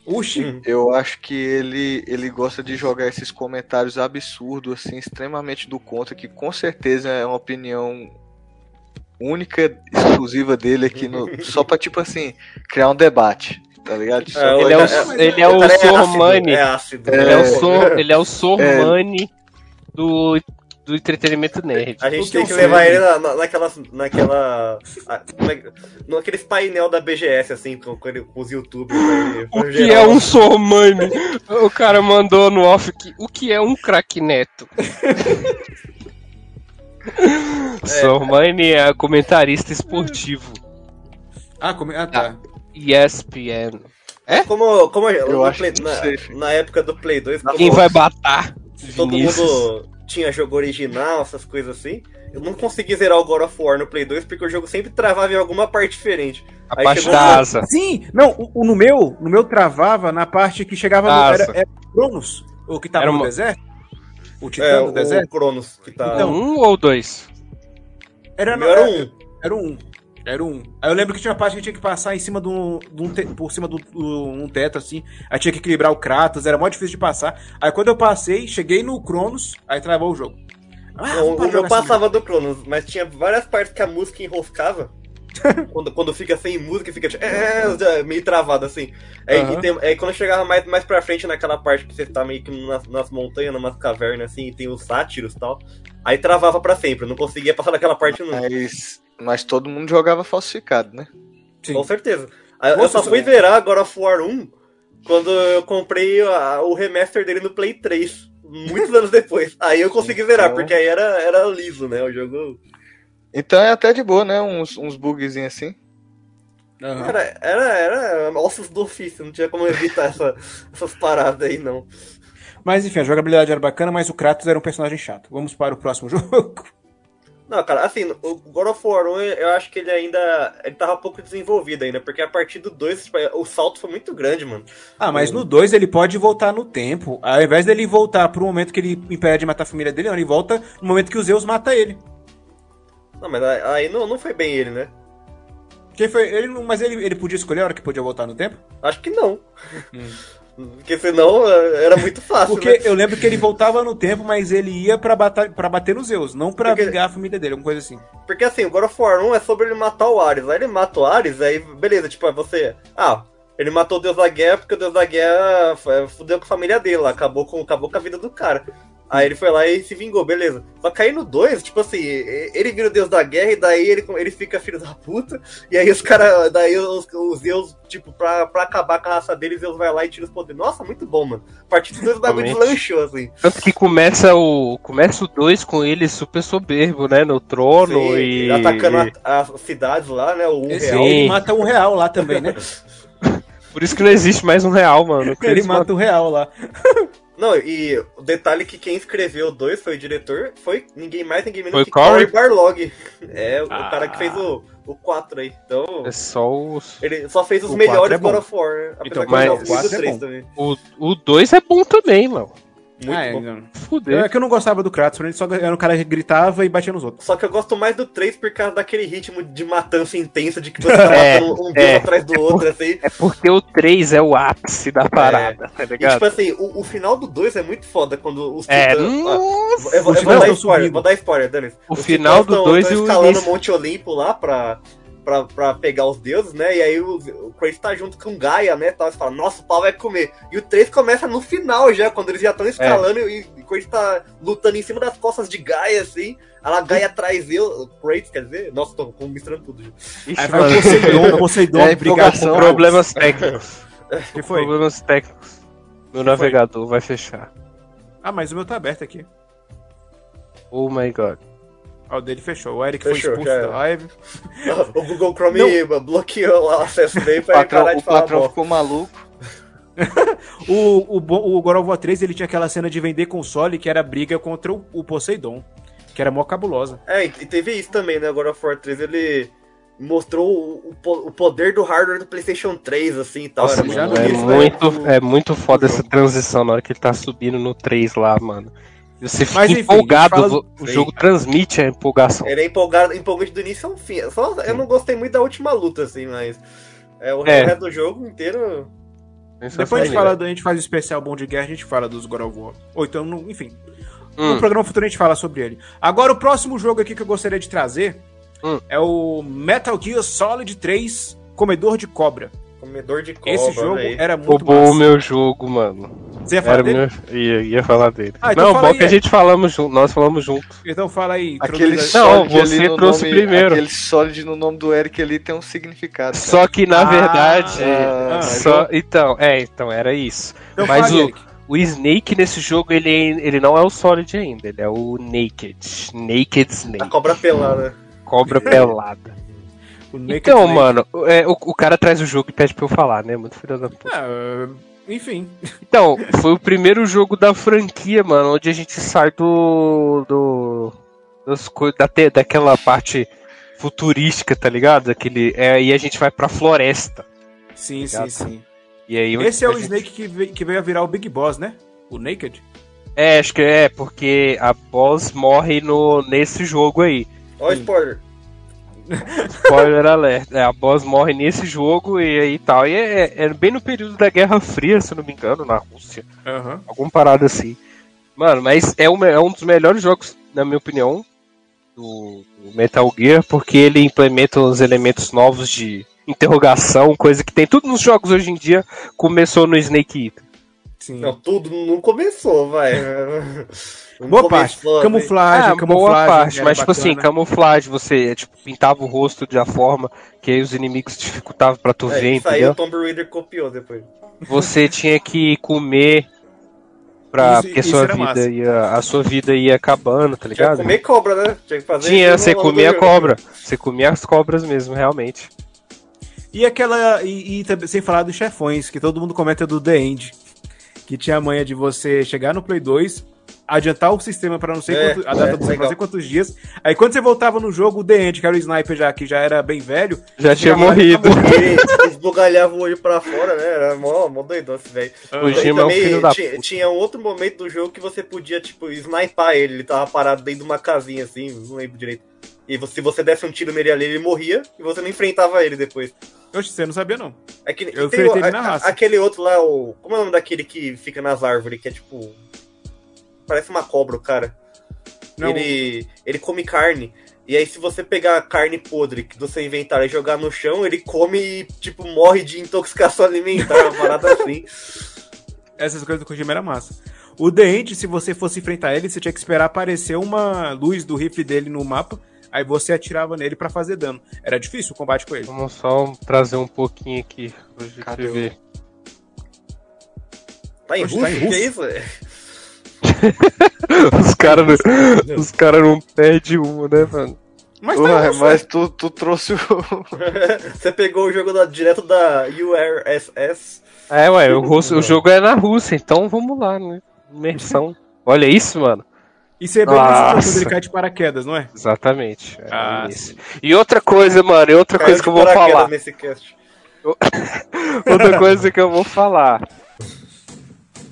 [SPEAKER 2] Oxi.
[SPEAKER 5] Eu acho que ele, ele gosta de jogar esses comentários absurdos, assim, extremamente do contra, que com certeza é uma opinião única, exclusiva dele aqui, no, só pra, tipo assim, criar um debate, tá ligado? Só pra-
[SPEAKER 3] Ele é o, ele é o
[SPEAKER 4] cara ácido,
[SPEAKER 3] Sormani.
[SPEAKER 4] É ácido.
[SPEAKER 3] Ele é o,
[SPEAKER 5] É.
[SPEAKER 3] Sor, ele é o Sormani do, do entretenimento nerd. é um
[SPEAKER 4] A
[SPEAKER 2] O
[SPEAKER 4] gente
[SPEAKER 2] que
[SPEAKER 4] tem
[SPEAKER 2] eu
[SPEAKER 4] que
[SPEAKER 2] sei.
[SPEAKER 4] levar ele na, na- naquela. naquela. a- na- naqueles painel da BGS, assim, com, com, ele- com os youtubers. Né,
[SPEAKER 3] O
[SPEAKER 4] em
[SPEAKER 3] que é
[SPEAKER 4] geral.
[SPEAKER 3] um Sormani? O cara mandou no off que o que é um craque neto? Sormani é comentarista esportivo.
[SPEAKER 2] Ah, como. Ah, tá.
[SPEAKER 3] ESPN.
[SPEAKER 4] Como, como a-
[SPEAKER 5] Eu
[SPEAKER 4] no
[SPEAKER 5] acho
[SPEAKER 4] Play-
[SPEAKER 5] que não
[SPEAKER 4] na,
[SPEAKER 5] sei, filho.
[SPEAKER 4] na época do Play 2, como
[SPEAKER 3] Quem vai batar?
[SPEAKER 4] todo
[SPEAKER 3] Vinícius.
[SPEAKER 4] mundo tinha jogo original, essas coisas assim. Eu não consegui zerar o God of War no Play 2 porque o jogo sempre travava em alguma parte diferente. Aí
[SPEAKER 3] Abaixo
[SPEAKER 4] chegou
[SPEAKER 3] da
[SPEAKER 4] uma-
[SPEAKER 3] asa.
[SPEAKER 2] Sim, não, o, o no meu, no meu travava na parte que chegava no,
[SPEAKER 3] Asa.
[SPEAKER 2] era, era Cronos, o que tava
[SPEAKER 3] Ah, Era
[SPEAKER 2] no
[SPEAKER 3] uma-
[SPEAKER 2] deserto. O titã
[SPEAKER 4] É,
[SPEAKER 2] do
[SPEAKER 4] o
[SPEAKER 2] deserto.
[SPEAKER 4] Cronos, que tá.
[SPEAKER 2] Então,
[SPEAKER 3] Um ou dois?
[SPEAKER 2] Era,
[SPEAKER 4] Eu era
[SPEAKER 2] era,
[SPEAKER 4] um.
[SPEAKER 2] era um. Era um. Aí eu lembro que tinha uma parte que tinha que passar em cima de um, de um te- por cima de um teto, assim. Aí tinha que equilibrar o Kratos, era mó difícil de passar. Aí quando eu passei, cheguei no Cronos, aí travou o jogo. Ah, vamos parar de
[SPEAKER 4] É, O, o
[SPEAKER 2] jogar
[SPEAKER 4] meu
[SPEAKER 2] essa merda.
[SPEAKER 4] passava do Cronos, mas tinha várias partes que a música enroscava. quando, quando fica sem música, fica tipo, é, é, meio travado assim. Aí,
[SPEAKER 2] Aham.
[SPEAKER 4] e tem- aí quando eu chegava mais, mais pra frente, naquela parte que você tá meio que nas, nas montanhas, numas cavernas assim, e tem os sátiros e tal. Aí travava pra sempre, eu não conseguia passar daquela parte nunca.
[SPEAKER 5] Mas, mas todo mundo jogava falsificado, né?
[SPEAKER 2] Sim.
[SPEAKER 4] Com certeza. Aí eu
[SPEAKER 2] Nossa,
[SPEAKER 4] só fui
[SPEAKER 2] sim.
[SPEAKER 4] zerar agora of War 1 quando eu comprei a- o remaster dele no Play 3. Muitos anos depois. Aí eu consegui zerar,
[SPEAKER 5] Então-
[SPEAKER 4] porque aí era, era liso, né? O jogo.
[SPEAKER 5] Então é até de boa, né? Uns, uns bugzinhos assim.
[SPEAKER 2] Aham.
[SPEAKER 4] Era, era, era ossos do ofício, não tinha como evitar essa- essas paradas aí, não.
[SPEAKER 2] Mas enfim, a jogabilidade era bacana, mas o Kratos era um personagem chato. Vamos para o próximo jogo.
[SPEAKER 4] Não, cara, assim, o God of War 1, eu acho que ele ainda. Ele tava pouco desenvolvido ainda, porque a partir do 2, tipo, o salto foi muito grande, mano.
[SPEAKER 2] Ah, mas no 2 ele pode voltar no tempo. Ao invés dele voltar pro momento que ele impede de matar a família dele, não, ele volta no momento que o Zeus mata ele.
[SPEAKER 4] Não, mas aí não, não foi bem ele, né?
[SPEAKER 2] Quem foi? Ele, não- mas ele, ele podia escolher a hora que podia voltar no tempo?
[SPEAKER 4] Acho que não. Porque senão eh, era muito fácil, né?
[SPEAKER 2] Hum. Porque eu lembro que ele voltava no tempo, mas ele ia pra, bata- pra bater nos Zeus, não pra
[SPEAKER 4] Porque-
[SPEAKER 2] vingar a família dele, alguma coisa assim.
[SPEAKER 4] Porque assim, o God of War 1 é sobre ele matar o Ares. Aí ele mata o Ares, aí beleza, tipo, é você. Ah, ele matou o deus da guerra porque o deus da guerra f- é, fudeu com a família dele, lá, acabou com, acabou com a vida do cara. Aí ele foi lá e se vingou, beleza. Só que aí no 2, tipo assim, e- ele vira o deus da guerra e daí ele, ele fica filho da puta. E aí os caras, daí os, os Zeus, tipo, pra, pra acabar com a raça dele, Zeus vai lá e tira os poderes. Nossa, muito bom, mano. A partir do 2 o bagulho
[SPEAKER 3] Realmente.
[SPEAKER 4] deslanchou, assim.
[SPEAKER 3] Tanto que começa o. Começa o 2 com ele super soberbo, né? No trono
[SPEAKER 4] Sim,
[SPEAKER 3] e.
[SPEAKER 4] Atacando a- as cidades lá, né? O um
[SPEAKER 2] Esse-
[SPEAKER 4] real.
[SPEAKER 2] Ele mata um real lá também, né?
[SPEAKER 3] Por isso que não existe mais um real, mano. porque
[SPEAKER 2] Ele
[SPEAKER 3] eles
[SPEAKER 2] mata um real lá.
[SPEAKER 4] Não, e o detalhe é que quem escreveu dois foi o diretor, foi ninguém mais, ninguém menos
[SPEAKER 3] Foi
[SPEAKER 4] que
[SPEAKER 3] Cory?
[SPEAKER 4] Barlog. É, o o
[SPEAKER 2] Ah.
[SPEAKER 4] cara que fez o, o 4 aí. Então,
[SPEAKER 3] matam- É só os.
[SPEAKER 4] ele só fez os
[SPEAKER 2] O quatro é
[SPEAKER 4] melhores
[SPEAKER 2] bom.
[SPEAKER 4] God of War. Apesar
[SPEAKER 2] Então,
[SPEAKER 4] que eu não
[SPEAKER 3] mas-
[SPEAKER 4] fiz o
[SPEAKER 2] quatro é
[SPEAKER 4] 3
[SPEAKER 2] bom.
[SPEAKER 4] também.
[SPEAKER 3] O o 2 é bom também, mano.
[SPEAKER 4] Muito
[SPEAKER 2] Ah, é,
[SPEAKER 4] bom.
[SPEAKER 2] não.
[SPEAKER 3] Fudeu.
[SPEAKER 2] É que eu não gostava do Kratos, ele só era um cara que gritava e batia nos outros.
[SPEAKER 4] Só que eu gosto mais do 3 por causa daquele ritmo de matança intensa, de que você tá
[SPEAKER 3] É,
[SPEAKER 4] matando um deus
[SPEAKER 3] é.
[SPEAKER 4] atrás do outro, assim.
[SPEAKER 3] É porque o 3 é o ápice da parada, tá
[SPEAKER 4] E tipo
[SPEAKER 3] ligado?
[SPEAKER 4] assim, o, o final do 2 é muito foda, quando os
[SPEAKER 3] É,
[SPEAKER 4] titãs- ah,
[SPEAKER 3] nossa,
[SPEAKER 4] Eu vou,
[SPEAKER 2] Os
[SPEAKER 4] eu vou
[SPEAKER 2] titãs
[SPEAKER 4] dar
[SPEAKER 2] tão
[SPEAKER 4] spoiler,
[SPEAKER 2] subindo.
[SPEAKER 4] vou dar spoiler, Dani.
[SPEAKER 3] tá O final do dois e o
[SPEAKER 4] escalando
[SPEAKER 3] início.
[SPEAKER 4] o Monte Olimpo lá pra, pra, pra pegar os deuses, né? E aí o, o Kratos tá junto com Gaia, né? Tal, você fala, nossa, o pau vai comer. E o 3 começa no final já, quando eles já
[SPEAKER 3] É.
[SPEAKER 4] estão escalando e, e o Kratos tá lutando em cima das costas de Gaia, assim. Aí lá Gaia atrás eu, o Kratos, quer dizer? Nossa, tô misturando tudo. gente.
[SPEAKER 3] Ixi,
[SPEAKER 2] Aí vai
[SPEAKER 3] mano, é
[SPEAKER 2] o Poseidon, o Poseidon
[SPEAKER 5] É,
[SPEAKER 2] brigar
[SPEAKER 5] empolgação.
[SPEAKER 2] com o Kratos.
[SPEAKER 3] problemas técnicos.
[SPEAKER 2] que foi?
[SPEAKER 3] Problemas técnicos. Meu navegador vai fechar.
[SPEAKER 2] Ah, mas o meu tá aberto aqui.
[SPEAKER 3] Oh my god.
[SPEAKER 2] Ah, o dele fechou. O Eric
[SPEAKER 4] Fechou,
[SPEAKER 2] foi expulso
[SPEAKER 4] já era.
[SPEAKER 2] da live.
[SPEAKER 4] O Google Chrome bloqueou lá o acesso dele
[SPEAKER 5] O
[SPEAKER 4] pra ele parar
[SPEAKER 5] patrão,
[SPEAKER 4] de
[SPEAKER 5] o
[SPEAKER 4] falar
[SPEAKER 5] patrão
[SPEAKER 4] bosta.
[SPEAKER 5] ficou maluco.
[SPEAKER 2] O, o, bo- o God of War 3 ele tinha aquela cena de vender console que era briga contra o, o Poseidon, que era mó cabulosa.
[SPEAKER 4] É, e e teve isso também, né? Agora o For 3 ele mostrou o, o po- o poder do hardware do PlayStation 3, assim e tal.
[SPEAKER 3] Nossa,
[SPEAKER 4] Era
[SPEAKER 2] já
[SPEAKER 3] mano,
[SPEAKER 2] não
[SPEAKER 3] é
[SPEAKER 2] vi isso,
[SPEAKER 4] né?
[SPEAKER 3] muito, é muito foda
[SPEAKER 4] jogo.
[SPEAKER 3] essa transição na hora que ele tá subindo no 3 lá, mano. Você fica
[SPEAKER 2] Mas, enfim,
[SPEAKER 3] empolgado,
[SPEAKER 2] fala do
[SPEAKER 3] o jogo transmite a empolgação.
[SPEAKER 4] Ele é empolgado, empolgante do início ao fim. Só, eu não gostei muito da última luta, assim, mas. É, o
[SPEAKER 3] É.
[SPEAKER 4] resto do jogo inteiro.
[SPEAKER 2] Depois a gente,
[SPEAKER 3] Sensacional.
[SPEAKER 2] fala, do- a gente faz o especial Bom de Guerra, a gente fala dos God of War. Ou então, no- enfim,
[SPEAKER 3] Hum.
[SPEAKER 2] no programa futuro a gente fala sobre ele. Agora, o próximo jogo aqui que eu gostaria de trazer
[SPEAKER 3] Hum.
[SPEAKER 2] é o Metal Gear Solid 3 Comedor de Cobra.
[SPEAKER 4] Comedor de cobra. né?
[SPEAKER 2] Esse jogo
[SPEAKER 4] olha
[SPEAKER 3] é
[SPEAKER 4] aí.
[SPEAKER 2] era muito
[SPEAKER 3] Roubou o
[SPEAKER 2] massa.
[SPEAKER 3] meu jogo, mano.
[SPEAKER 2] Você ia falar
[SPEAKER 3] Era
[SPEAKER 2] dele?
[SPEAKER 3] meu... ia, ia falar dele.
[SPEAKER 2] Ah, então
[SPEAKER 3] não,
[SPEAKER 2] fala
[SPEAKER 3] bom
[SPEAKER 2] aí,
[SPEAKER 3] que a
[SPEAKER 2] é.
[SPEAKER 3] gente falamos junto, nós falamos junto.
[SPEAKER 2] Então fala aí.
[SPEAKER 5] Aquele
[SPEAKER 2] introduz aí.
[SPEAKER 3] Não,
[SPEAKER 5] sólido
[SPEAKER 3] você
[SPEAKER 5] ali no
[SPEAKER 3] trouxe
[SPEAKER 5] nome,
[SPEAKER 3] primeiro.
[SPEAKER 5] Aquele sólido no nome do Eric ali tem um significado. cara.
[SPEAKER 3] Só que na
[SPEAKER 2] Ah,
[SPEAKER 3] verdade,
[SPEAKER 5] ah,
[SPEAKER 2] mas
[SPEAKER 3] só então, é, então era isso.
[SPEAKER 2] Então
[SPEAKER 3] Mas
[SPEAKER 2] fala,
[SPEAKER 3] o-
[SPEAKER 2] Eric.
[SPEAKER 3] O Snake nesse jogo ele, ele não é o Solid ainda, ele é o Naked, Naked
[SPEAKER 4] A
[SPEAKER 3] Snake,
[SPEAKER 4] cobra pelada.
[SPEAKER 3] cobra pelada.
[SPEAKER 2] O Naked
[SPEAKER 3] Então,
[SPEAKER 2] Snake.
[SPEAKER 3] mano, é, o, o cara traz o jogo e pede pra eu falar, né? Muito filho da puta.
[SPEAKER 2] Ah, enfim.
[SPEAKER 3] Então, foi o primeiro jogo da franquia, mano, onde a gente sai do. do das coi- da, te- daquela parte futurística, tá ligado? Aquele, é, e a gente vai pra floresta.
[SPEAKER 4] Tá
[SPEAKER 2] Sim, sim,
[SPEAKER 3] Obrigado.
[SPEAKER 2] sim.
[SPEAKER 3] E aí,
[SPEAKER 2] Esse é
[SPEAKER 3] a
[SPEAKER 2] o
[SPEAKER 3] gente-
[SPEAKER 2] Snake que veio, que veio a virar o Big Boss, né? O Naked?
[SPEAKER 3] É, acho que é, porque a boss morre no, nesse jogo aí.
[SPEAKER 4] Olha o spoiler.
[SPEAKER 3] Spoiler alert. É, a boss morre nesse jogo e aí tal. E é, é- é bem no período da Guerra Fria, se eu não me engano, na Rússia.
[SPEAKER 2] Aham.
[SPEAKER 3] Alguma parada assim. Mano, mas é, um, é um dos melhores jogos, na minha opinião, do, do Metal Gear, porque ele implementa uns elementos novos de interrogação, coisa que tem tudo nos jogos hoje em dia. Começou no Snake Eater.
[SPEAKER 2] Sim.
[SPEAKER 4] Não, tudo não começou, vai. Não
[SPEAKER 2] Boa parte.
[SPEAKER 4] começou, né?
[SPEAKER 2] Camuflagem,
[SPEAKER 3] ah,
[SPEAKER 2] camuflagem.
[SPEAKER 3] boa parte,
[SPEAKER 2] era
[SPEAKER 3] mas tipo assim,
[SPEAKER 2] bacana.
[SPEAKER 3] camuflagem, você tipo, pintava o rosto de uma forma que aí os inimigos dificultavam pra tu
[SPEAKER 4] É,
[SPEAKER 3] ver,
[SPEAKER 4] isso aí
[SPEAKER 3] entendeu?
[SPEAKER 4] o Tomb Raider copiou depois.
[SPEAKER 3] você tinha que comer pra,
[SPEAKER 2] Isso-
[SPEAKER 3] porque
[SPEAKER 2] isso
[SPEAKER 3] sua
[SPEAKER 2] era massa.
[SPEAKER 3] vida ia, a sua vida ia acabando, tá
[SPEAKER 4] Tinha que
[SPEAKER 3] ligado?
[SPEAKER 4] comer cobra, né? Tinha que fazer.
[SPEAKER 3] Tinha,
[SPEAKER 4] isso
[SPEAKER 3] você
[SPEAKER 4] no- né? no
[SPEAKER 3] comia a
[SPEAKER 4] jogo.
[SPEAKER 3] cobra. Você comia as cobras mesmo, realmente.
[SPEAKER 2] E aquela. E, e também, sem falar dos chefões, que todo mundo comenta do The End. Que tinha a manha de você chegar no Play 2, adiantar o sistema pra não sei
[SPEAKER 4] É,
[SPEAKER 2] quanto- a data
[SPEAKER 4] é,
[SPEAKER 2] do- pra não
[SPEAKER 4] legal.
[SPEAKER 2] sei quantos dias. Aí quando você voltava no jogo, o The End, que era o sniper já, que já era bem velho.
[SPEAKER 3] Já tinha
[SPEAKER 2] chegava lá e
[SPEAKER 3] morrido.
[SPEAKER 2] tava
[SPEAKER 4] Ele esbugalhava o olho pra fora, né? Era mó, mó doidão esse velho.
[SPEAKER 3] O Gima é um filho da
[SPEAKER 4] ti-
[SPEAKER 3] puta.
[SPEAKER 4] tinha um outro momento do jogo que você podia, tipo, sniper ele. Ele tava parado dentro de uma casinha, assim, não lembro direito. E você- se você desse um tiro nele ali, ele morria e você não enfrentava ele depois.
[SPEAKER 2] Eu você não sabia, não.
[SPEAKER 4] É que
[SPEAKER 2] Eu
[SPEAKER 4] tem o-
[SPEAKER 2] fritei ele
[SPEAKER 4] a-
[SPEAKER 2] na raça.
[SPEAKER 4] aquele outro lá, o. Como é o nome daquele que fica nas árvores, que é tipo. Parece uma cobra, o cara.
[SPEAKER 2] Não.
[SPEAKER 4] Ele, ele come carne. E aí, se você pegar a carne podre que do seu inventário e jogar no chão, ele come e, tipo, morre de intoxicação alimentar, uma parada assim.
[SPEAKER 2] Essas coisas do Kojima era massa. O The End, se você fosse enfrentar ele, você tinha que esperar aparecer uma luz do rifle dele no mapa. Aí você atirava nele pra fazer dano. Era difícil o combate com ele.
[SPEAKER 3] Vamos só trazer um pouquinho aqui pra gente
[SPEAKER 5] Cadê o-
[SPEAKER 3] ver.
[SPEAKER 4] Tá em
[SPEAKER 2] Poxa,
[SPEAKER 4] russo?
[SPEAKER 2] tá em
[SPEAKER 4] Que
[SPEAKER 2] russo?
[SPEAKER 4] é isso?
[SPEAKER 3] Os caras não, os cara não perdem uma, né, mano?
[SPEAKER 2] Mas tá
[SPEAKER 5] Ué,
[SPEAKER 4] um
[SPEAKER 2] bom,
[SPEAKER 5] mas tu, tu trouxe o.
[SPEAKER 4] você pegou o jogo da- direto da URSS.
[SPEAKER 3] É, ué, o, russo- o jogo é na Rússia, então vamos lá, né? Imersão. Olha isso, mano.
[SPEAKER 2] E você é bem mais
[SPEAKER 3] Nossa.
[SPEAKER 2] quando ele cai de paraquedas, não é?
[SPEAKER 3] Exatamente. é
[SPEAKER 2] Ah,
[SPEAKER 3] isso. E outra coisa, mano, e outra coisa É
[SPEAKER 4] Caiu de
[SPEAKER 3] que eu vou
[SPEAKER 4] paraquedas
[SPEAKER 3] falar.
[SPEAKER 4] Nesse cast.
[SPEAKER 3] Outra coisa que eu vou falar.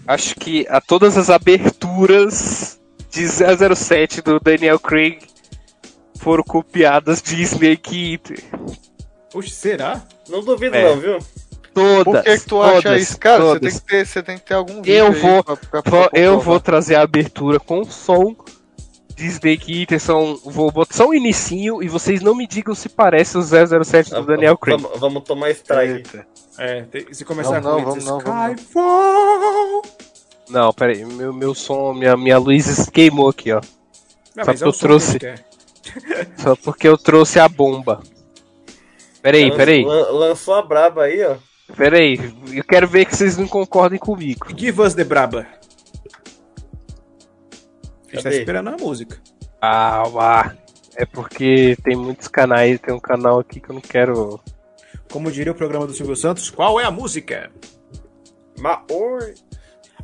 [SPEAKER 3] Acho que a todas as aberturas de 007 do Daniel Craig foram copiadas de Snake Eater.
[SPEAKER 2] Oxe, será?
[SPEAKER 4] Não duvido,
[SPEAKER 3] É.
[SPEAKER 4] não, viu?
[SPEAKER 3] Todas.
[SPEAKER 5] Por que, que tu
[SPEAKER 3] todas,
[SPEAKER 5] acha isso? Cara, você
[SPEAKER 3] todas.
[SPEAKER 5] tem, que ter, você tem que ter algum vídeo.
[SPEAKER 3] Eu
[SPEAKER 5] aí
[SPEAKER 3] vou-
[SPEAKER 5] pra- pra- pra
[SPEAKER 3] Vou- eu
[SPEAKER 5] comprovar.
[SPEAKER 3] vou trazer a abertura com som de Snake Eater. São, vou botar só um inicinho e vocês não me digam se parece o 007 do Daniel Craig.
[SPEAKER 4] Ah, Vamos, vamos tomar strike.
[SPEAKER 5] Eita.
[SPEAKER 2] É, tem- se começar
[SPEAKER 5] Não, não,
[SPEAKER 2] com
[SPEAKER 5] vamos
[SPEAKER 2] ele,
[SPEAKER 5] não, vamos
[SPEAKER 2] Skyfall!
[SPEAKER 3] Não, peraí, meu, meu som, minha, minha luz queimou aqui, ó.
[SPEAKER 2] Não, mas é
[SPEAKER 3] Só
[SPEAKER 2] o
[SPEAKER 3] porque
[SPEAKER 2] som
[SPEAKER 3] eu
[SPEAKER 2] que
[SPEAKER 3] trouxe.
[SPEAKER 2] ele quer.
[SPEAKER 3] Só porque eu trouxe a bomba. Peraí,
[SPEAKER 4] Lan-
[SPEAKER 3] É. peraí,
[SPEAKER 4] lan- Lançou a braba aí, ó.
[SPEAKER 3] peraí. Eu quero ver que vocês não concordem comigo.
[SPEAKER 2] Give us the braba. A gente tá
[SPEAKER 4] Cadê?
[SPEAKER 2] esperando a música.
[SPEAKER 3] Ah, uá. É porque tem muitos canais, tem um canal aqui que eu não quero.
[SPEAKER 2] Como diria o programa do Silvio Santos, qual é a música?
[SPEAKER 4] Maori.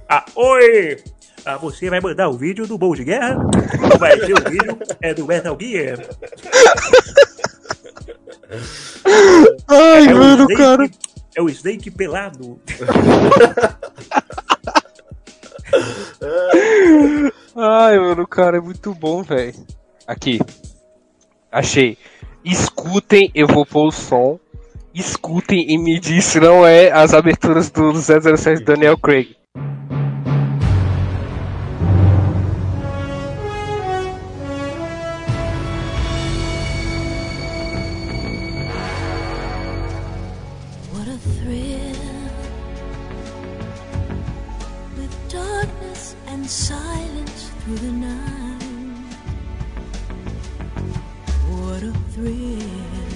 [SPEAKER 2] Ah, oi!
[SPEAKER 6] Ah, você vai mandar o vídeo do Bom de Guerra? Não vai ser o vídeo, é do Metal Gear.
[SPEAKER 3] Ai,
[SPEAKER 6] É o Snake- É o Snake pelado.
[SPEAKER 3] Ai, mano, o cara é muito bom, velho. Aqui. Achei. Escutem, eu vou pôr o som. Escutem e me diz se não é as aberturas do 007 Daniel Craig.
[SPEAKER 7] What a thrill with darkness and silence through the night. What a thrill.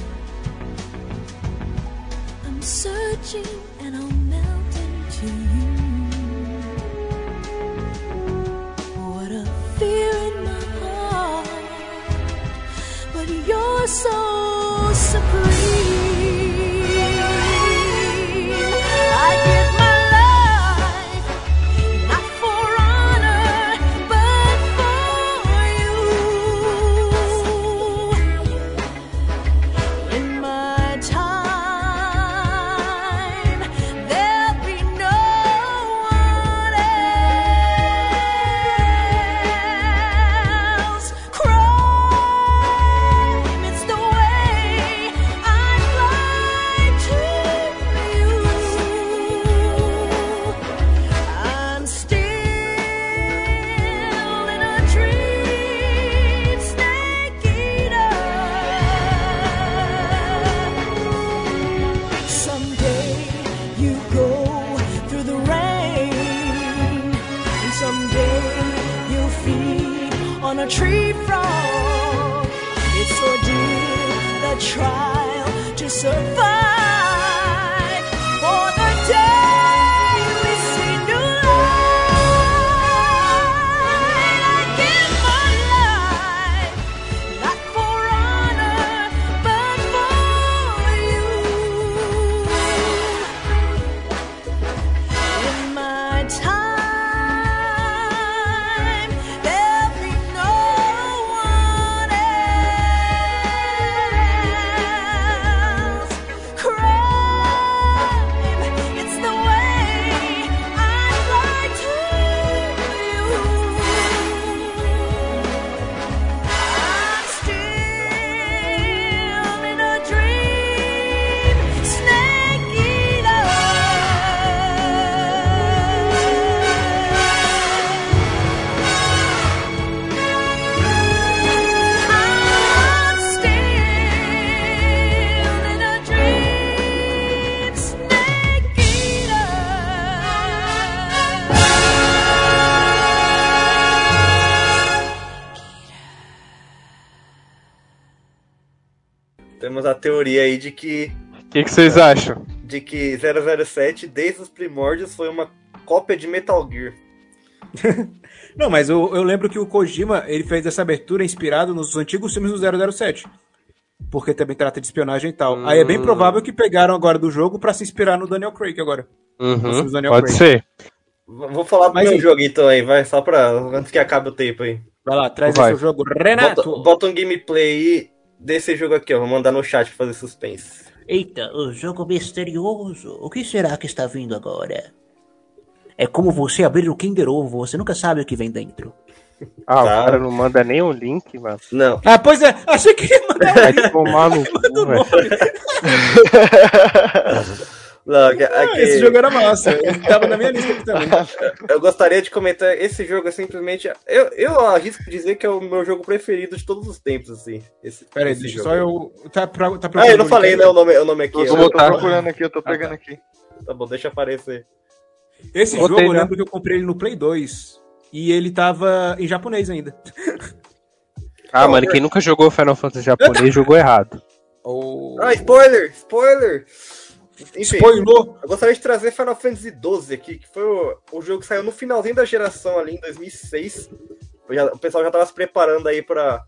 [SPEAKER 7] I'm searching and I'll melt into you. What a fear in my heart but you're so supreme. I give my life not for honor, but for you. In my time, there'll be no one else. Crime, it's the way I lie to you. I'm still in a dream, snake eater. Someday you go through the rain, and someday you'll feed on a tree frog. It's ordeal, the trial to survive. For the day we see new light, I give my life not for honor, but for you. In my time, there'll be no one else.
[SPEAKER 4] temos a teoria aí de que,
[SPEAKER 3] O que, que vocês
[SPEAKER 2] É.
[SPEAKER 3] acham?
[SPEAKER 4] de que 007, desde os primórdios, foi uma cópia de Metal Gear.
[SPEAKER 2] Não, mas eu, eu lembro que o Kojima ele fez essa abertura inspirado nos antigos filmes do 007. Porque também trata de espionagem e tal. Aí é bem provável que pegaram agora do jogo pra se inspirar no Daniel Craig agora.
[SPEAKER 3] Uhum,
[SPEAKER 2] filmes do Daniel
[SPEAKER 3] pode
[SPEAKER 2] Craig.
[SPEAKER 3] ser.
[SPEAKER 4] V- Vou falar do
[SPEAKER 2] Mas
[SPEAKER 4] meu
[SPEAKER 2] e-
[SPEAKER 4] jogo então aí, vai, só pra. antes que acabe o tempo aí.
[SPEAKER 2] Vai lá, traz
[SPEAKER 3] Vai.
[SPEAKER 2] esse jogo.
[SPEAKER 4] Bota,
[SPEAKER 2] Renato!
[SPEAKER 4] bota um gameplay aí desse jogo aqui, ó. Vou mandar no chat pra fazer suspense.
[SPEAKER 6] Eita, o jogo misterioso. O que será que está vindo agora? É como você abrir o Kinder Ovo, você nunca sabe o que vem dentro.
[SPEAKER 3] Ah,
[SPEAKER 4] Tá.
[SPEAKER 3] o cara não manda nem o link, mano.
[SPEAKER 4] Não.
[SPEAKER 2] Ah, pois é, achei que ia mandar
[SPEAKER 3] Vai tomar no cu, velho.
[SPEAKER 4] não aqui- aqui-
[SPEAKER 2] Esse jogo era massa. Ele tava na minha lista aqui também.
[SPEAKER 4] Eu gostaria de comentar, esse jogo é simplesmente. Eu, eu arrisco dizer que é o meu jogo preferido de todos os tempos, assim. Esse,
[SPEAKER 2] Pera aí,
[SPEAKER 4] esse
[SPEAKER 2] deixa
[SPEAKER 4] jogo.
[SPEAKER 2] só eu. Tá, pra, tá
[SPEAKER 4] Ah,
[SPEAKER 2] procurando
[SPEAKER 4] eu Ah, não
[SPEAKER 2] o
[SPEAKER 4] falei,
[SPEAKER 2] link
[SPEAKER 4] né?
[SPEAKER 2] aí.
[SPEAKER 4] O nome, o nome aqui.
[SPEAKER 5] Eu tô,
[SPEAKER 4] Eu-
[SPEAKER 5] tô procurando aqui, eu
[SPEAKER 4] Ah,
[SPEAKER 5] tô pegando aqui.
[SPEAKER 4] Tá bom, deixa aparecer.
[SPEAKER 2] Esse
[SPEAKER 3] Botei,
[SPEAKER 2] jogo eu
[SPEAKER 3] né?
[SPEAKER 2] lembro que eu comprei ele no Play 2. E ele tava em japonês ainda.
[SPEAKER 3] Ah, mano, quem nunca jogou Final Fantasy japonês jogou errado.
[SPEAKER 2] O...
[SPEAKER 4] Ah, spoiler! Spoiler! Enfim,
[SPEAKER 2] Spoilou!
[SPEAKER 4] eu gostaria de trazer Final Fantasy XII aqui, que foi o, o jogo que saiu no finalzinho da geração ali, em 2006. Eu já- o pessoal já tava se preparando aí pra,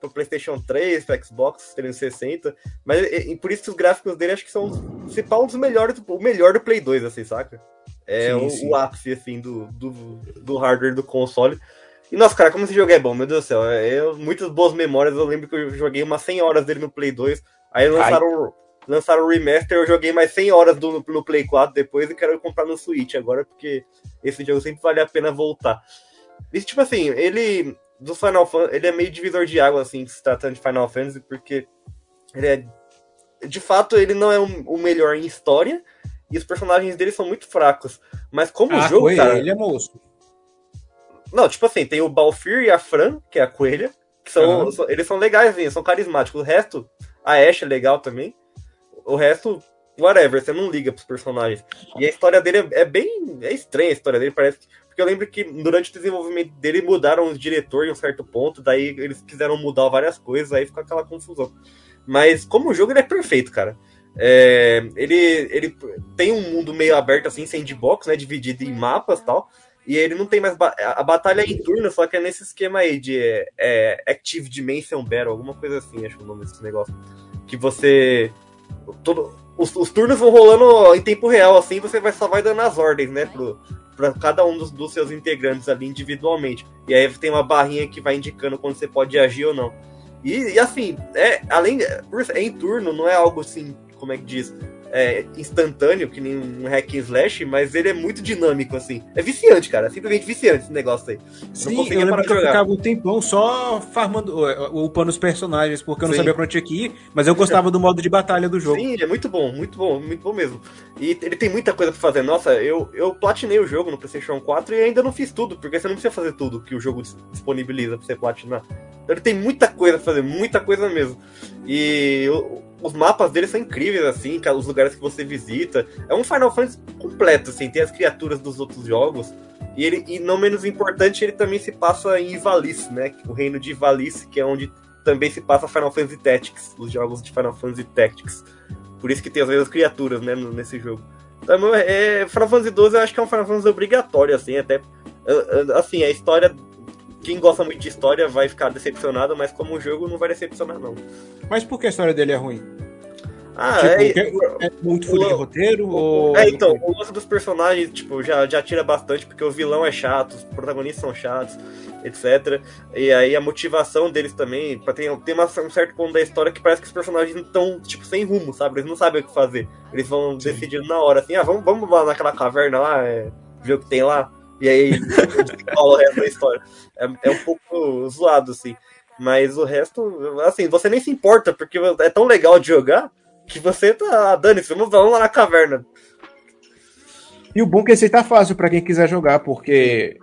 [SPEAKER 4] pro PlayStation 3, pro Xbox 360. Mas e- e por isso que os gráficos dele acho que são, os- se pá, um dos melhores, o melhor do Play 2, assim, saca? É
[SPEAKER 2] Sim,
[SPEAKER 4] o,
[SPEAKER 2] sim.
[SPEAKER 4] o ápice, assim, do, do, do hardware do console. E, nossa, cara, como esse jogo é bom, meu Deus do céu. É, eu- muitas boas memórias. Eu lembro que eu joguei umas 100 horas dele no Play 2. Aí lançaram, o- lançaram o remaster, eu joguei mais 100 horas do, no Play 4 depois e quero comprar no Switch agora, porque esse jogo sempre vale a pena voltar. E, tipo assim, ele do Final Fantasy, ele é meio divisor de água, assim, se tratando de Final Fantasy, porque ele é. De fato, ele não é o o melhor em história, e os personagens dele são muito fracos. Mas como
[SPEAKER 2] Ah,
[SPEAKER 4] jogo,
[SPEAKER 2] foi
[SPEAKER 4] cara.
[SPEAKER 2] ele, é moço.
[SPEAKER 4] Não, tipo assim, tem o Balfir e a Fran, que é a coelha, que são,
[SPEAKER 2] Aham.
[SPEAKER 4] são- eles são legais, assim, são carismáticos. O resto, a Ash é legal também. O resto, whatever, você não liga pros personagens. E a história dele é, é bem. É estranha a história dele, parece. que- Porque eu lembro que durante o desenvolvimento dele mudaram os diretores em um certo ponto, daí eles quiseram mudar várias coisas, aí ficou aquela confusão. Mas como o jogo ele é perfeito, cara. É, ele, ele tem um mundo meio aberto, assim, sandbox, né? Dividido em mapas e tal. E ele não tem mais. ba- a a batalha é em turno, só que é nesse esquema aí de é, é, Active Dimension Battle, alguma coisa assim, acho que é o nome desse negócio. Que você. todo- os, os turnos vão rolando em tempo real, assim, você vai, só vai dando as ordens, né? Pro, pra cada um dos, dos seus integrantes ali individualmente. E aí tem uma barrinha que vai indicando quando você pode agir ou não. E, e assim, é, além. por isso, É em turno, não é algo assim, como é que diz? é, instantâneo, que nem um hack and slash, mas ele é muito dinâmico, assim. É viciante, cara. É simplesmente viciante esse negócio aí.
[SPEAKER 2] Sim,
[SPEAKER 4] conseguia
[SPEAKER 2] eu lembro
[SPEAKER 4] parar de
[SPEAKER 2] que eu
[SPEAKER 4] jogar.
[SPEAKER 2] ficava um tempão só farmando, uh, uh, upando os personagens, porque eu não
[SPEAKER 4] Sim.
[SPEAKER 2] sabia pra onde tinha que ir, mas eu gostava do modo de batalha do jogo.
[SPEAKER 4] Sim, é muito bom, muito bom, muito bom mesmo. E ele tem muita coisa pra fazer. Nossa, eu, eu platinei o jogo no PlayStation 4 e ainda não fiz tudo, porque você não precisa fazer tudo que o jogo dis- disponibiliza pra você platinar. Então ele tem muita coisa pra fazer, muita coisa mesmo. E o- os mapas dele são incríveis, assim, cara, os lugares que você visita. É um Final Fantasy completo, assim, tem as criaturas dos outros jogos. E, ele, e não menos importante, ele também se passa em Ivalice, né? O reino de Ivalice, que é onde também se passa Final Fantasy Tactics, os jogos de Final Fantasy Tactics. Por isso que tem as mesmas criaturas, né, no- nesse jogo. Então, é, Final Fantasy XII eu acho que é um Final Fantasy obrigatório, assim, até. é, é, Assim, a história. Quem gosta muito de história vai ficar decepcionado, mas como jogo não vai decepcionar, não.
[SPEAKER 2] Mas por que a história dele é ruim?
[SPEAKER 4] Ah,
[SPEAKER 2] tipo,
[SPEAKER 4] é,
[SPEAKER 2] que- é muito furo de
[SPEAKER 4] o-
[SPEAKER 2] roteiro? ou...
[SPEAKER 4] É, então, o lance dos personagens, tipo, já, já tira bastante, porque o vilão é chato, os protagonistas são chatos, etc. E aí a motivação deles também, pra- tem, tem uma- um certo ponto da história que parece que os personagens estão, tipo, sem rumo, sabe? Eles não sabem o que fazer. Eles vão decidindo na hora, assim, ah, vamos, vamos lá naquela caverna lá, é, ver o que tem lá. E aí fala o resto da história. É, é um pouco zoado, assim. Mas o resto, assim, você nem se importa, porque é tão legal de jogar que você tá. Ah, Dane-se, vamos vamos lá na caverna.
[SPEAKER 2] E o bom é que esse aí tá fácil pra quem quiser jogar, porque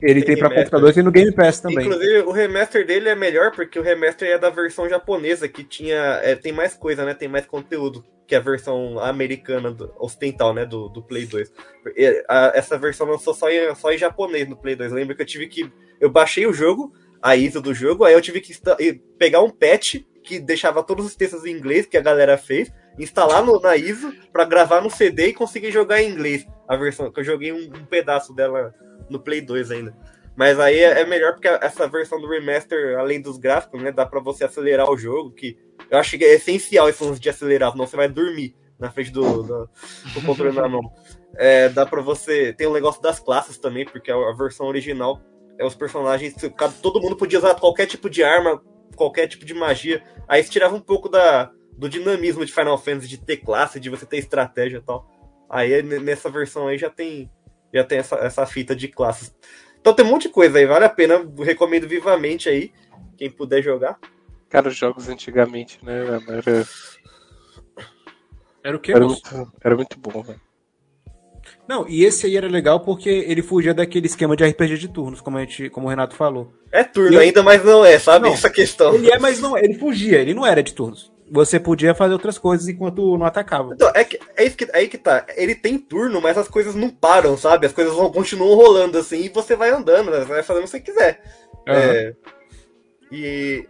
[SPEAKER 2] ele
[SPEAKER 4] Tem
[SPEAKER 2] tem, pra
[SPEAKER 4] remaster.
[SPEAKER 2] computador e tem no Game Pass também.
[SPEAKER 4] Inclusive, o remaster dele é melhor porque o remaster é da versão japonesa, que tinha. é, tem mais coisa, né? Tem mais conteúdo que a versão americana, do- ocidental, né? Do, do Play 2. E, a- essa versão lançou só em, só em japonês no Play 2. Lembro que eu tive que. Eu baixei o jogo, a ISO do jogo, aí eu tive que insta- e pegar um patch que deixava todos os textos em inglês que a galera fez, instalar no, na ISO pra gravar no CD e conseguir jogar em inglês a versão. Que eu joguei um, um pedaço dela no Play 2 ainda. Mas aí é é melhor porque a- essa versão do remaster, além dos gráficos, né, dá pra você acelerar o jogo, que eu acho que é essencial esse lance de acelerar, senão você vai dormir na frente do, do, do controle na mão. É, dá pra você. Tem o negócio das classes também, porque a, a versão original é os personagens. que cada- Todo mundo podia usar qualquer tipo de arma, qualquer tipo de magia. Aí isso tirava um pouco da, do dinamismo de Final Fantasy, de ter classe, de você ter estratégia e tal. Aí n- nessa versão aí já tem, já tem essa, essa fita de classes. Então tem um monte de coisa aí, vale a pena, eu recomendo vivamente aí, quem puder jogar.
[SPEAKER 3] Cara, os jogos antigamente, né? mano, Era,
[SPEAKER 2] Era o que,
[SPEAKER 3] era, muito, era muito bom, velho.
[SPEAKER 2] Não, e esse aí era legal porque ele fugia daquele esquema de RPG de turnos, como, a gente, como o Renato falou.
[SPEAKER 4] É turno
[SPEAKER 2] Eu-
[SPEAKER 4] ainda, mas não é, sabe?
[SPEAKER 2] Não.
[SPEAKER 4] Essa questão.
[SPEAKER 2] Ele é, mas não, ele fugia, ele não era de turnos. Você podia fazer outras coisas enquanto não atacava.
[SPEAKER 4] Então, é, que, é isso que, aí que tá. Ele tem turno, mas as coisas não param, sabe? As coisas vão continuam rolando assim e você vai andando, né? vai fazendo o que você quiser. É, e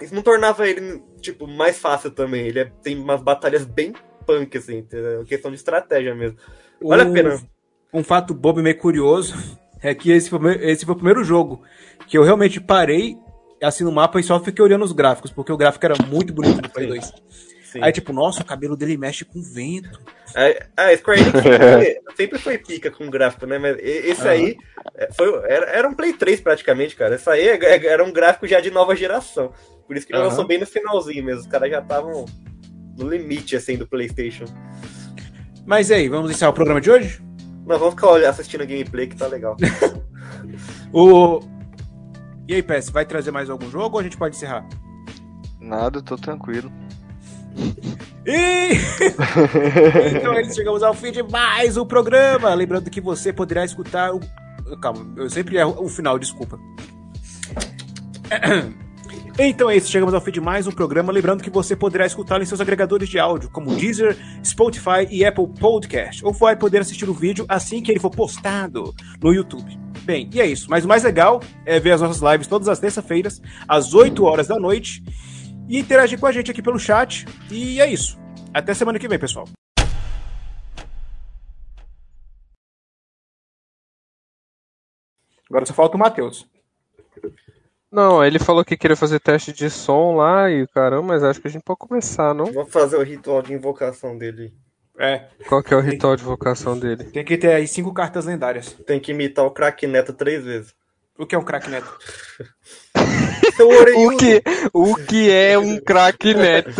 [SPEAKER 4] isso não tornava ele, tipo, mais fácil também. Ele é- tem umas batalhas bem punk, assim, entendeu? questão de estratégia mesmo. Vale a
[SPEAKER 2] Um-
[SPEAKER 4] pena.
[SPEAKER 2] Um fato bobo e meio curioso é que esse foi, o meu- esse foi o primeiro jogo que eu realmente parei assim no mapa e só fiquei olhando os gráficos, porque o gráfico era muito bonito do Play 2.
[SPEAKER 4] Sim.
[SPEAKER 2] Aí, tipo, nossa, o cabelo dele mexe com vento.
[SPEAKER 4] É, A Square Enix sempre, sempre foi pica com gráfico, né? Mas e- esse aí é, foi, era, era um Play 3 praticamente, cara. Esse aí é- é- era um gráfico já de nova geração. Por isso que ele
[SPEAKER 2] Aham.
[SPEAKER 4] lançou bem no finalzinho mesmo. Os caras já estavam no limite, assim, do PlayStation.
[SPEAKER 2] Mas e aí, vamos encerrar o programa de hoje?
[SPEAKER 4] Nós vamos ficar olhando, assistindo a gameplay que tá legal.
[SPEAKER 2] O. E aí, PS, vai trazer mais algum jogo ou a gente pode encerrar?
[SPEAKER 5] Nada, tô tranquilo.
[SPEAKER 2] E... então é isso, chegamos ao fim de mais um programa. Lembrando que você poderá escutar o. Calma, eu sempre erro o final, desculpa. Então é isso, chegamos ao fim de mais um programa. Lembrando que você poderá escutá-lo em seus agregadores de áudio, como Deezer, Spotify e Apple Podcast. Ou vai poder assistir o vídeo assim que ele for postado no YouTube. Bem, e é isso. Mas o mais legal é ver as nossas lives todas as terça-feiras, às 8 horas da noite, e interagir com a gente aqui pelo chat. E é isso. Até semana que vem, pessoal. Agora só falta o Matheus.
[SPEAKER 3] Não, ele falou que queria fazer teste de som lá e caramba, mas acho que a gente pode começar, não?
[SPEAKER 4] vamos fazer o ritual de invocação dele.
[SPEAKER 2] É,
[SPEAKER 3] Qual que é o ritual de vocação dele?
[SPEAKER 2] tem que ter aí cinco cartas lendárias.
[SPEAKER 4] Tem que imitar o craque Neto três vezes.
[SPEAKER 2] O que é um craque neto?
[SPEAKER 4] Seu
[SPEAKER 3] O
[SPEAKER 4] orelhudo!
[SPEAKER 3] que, o que é um craque neto?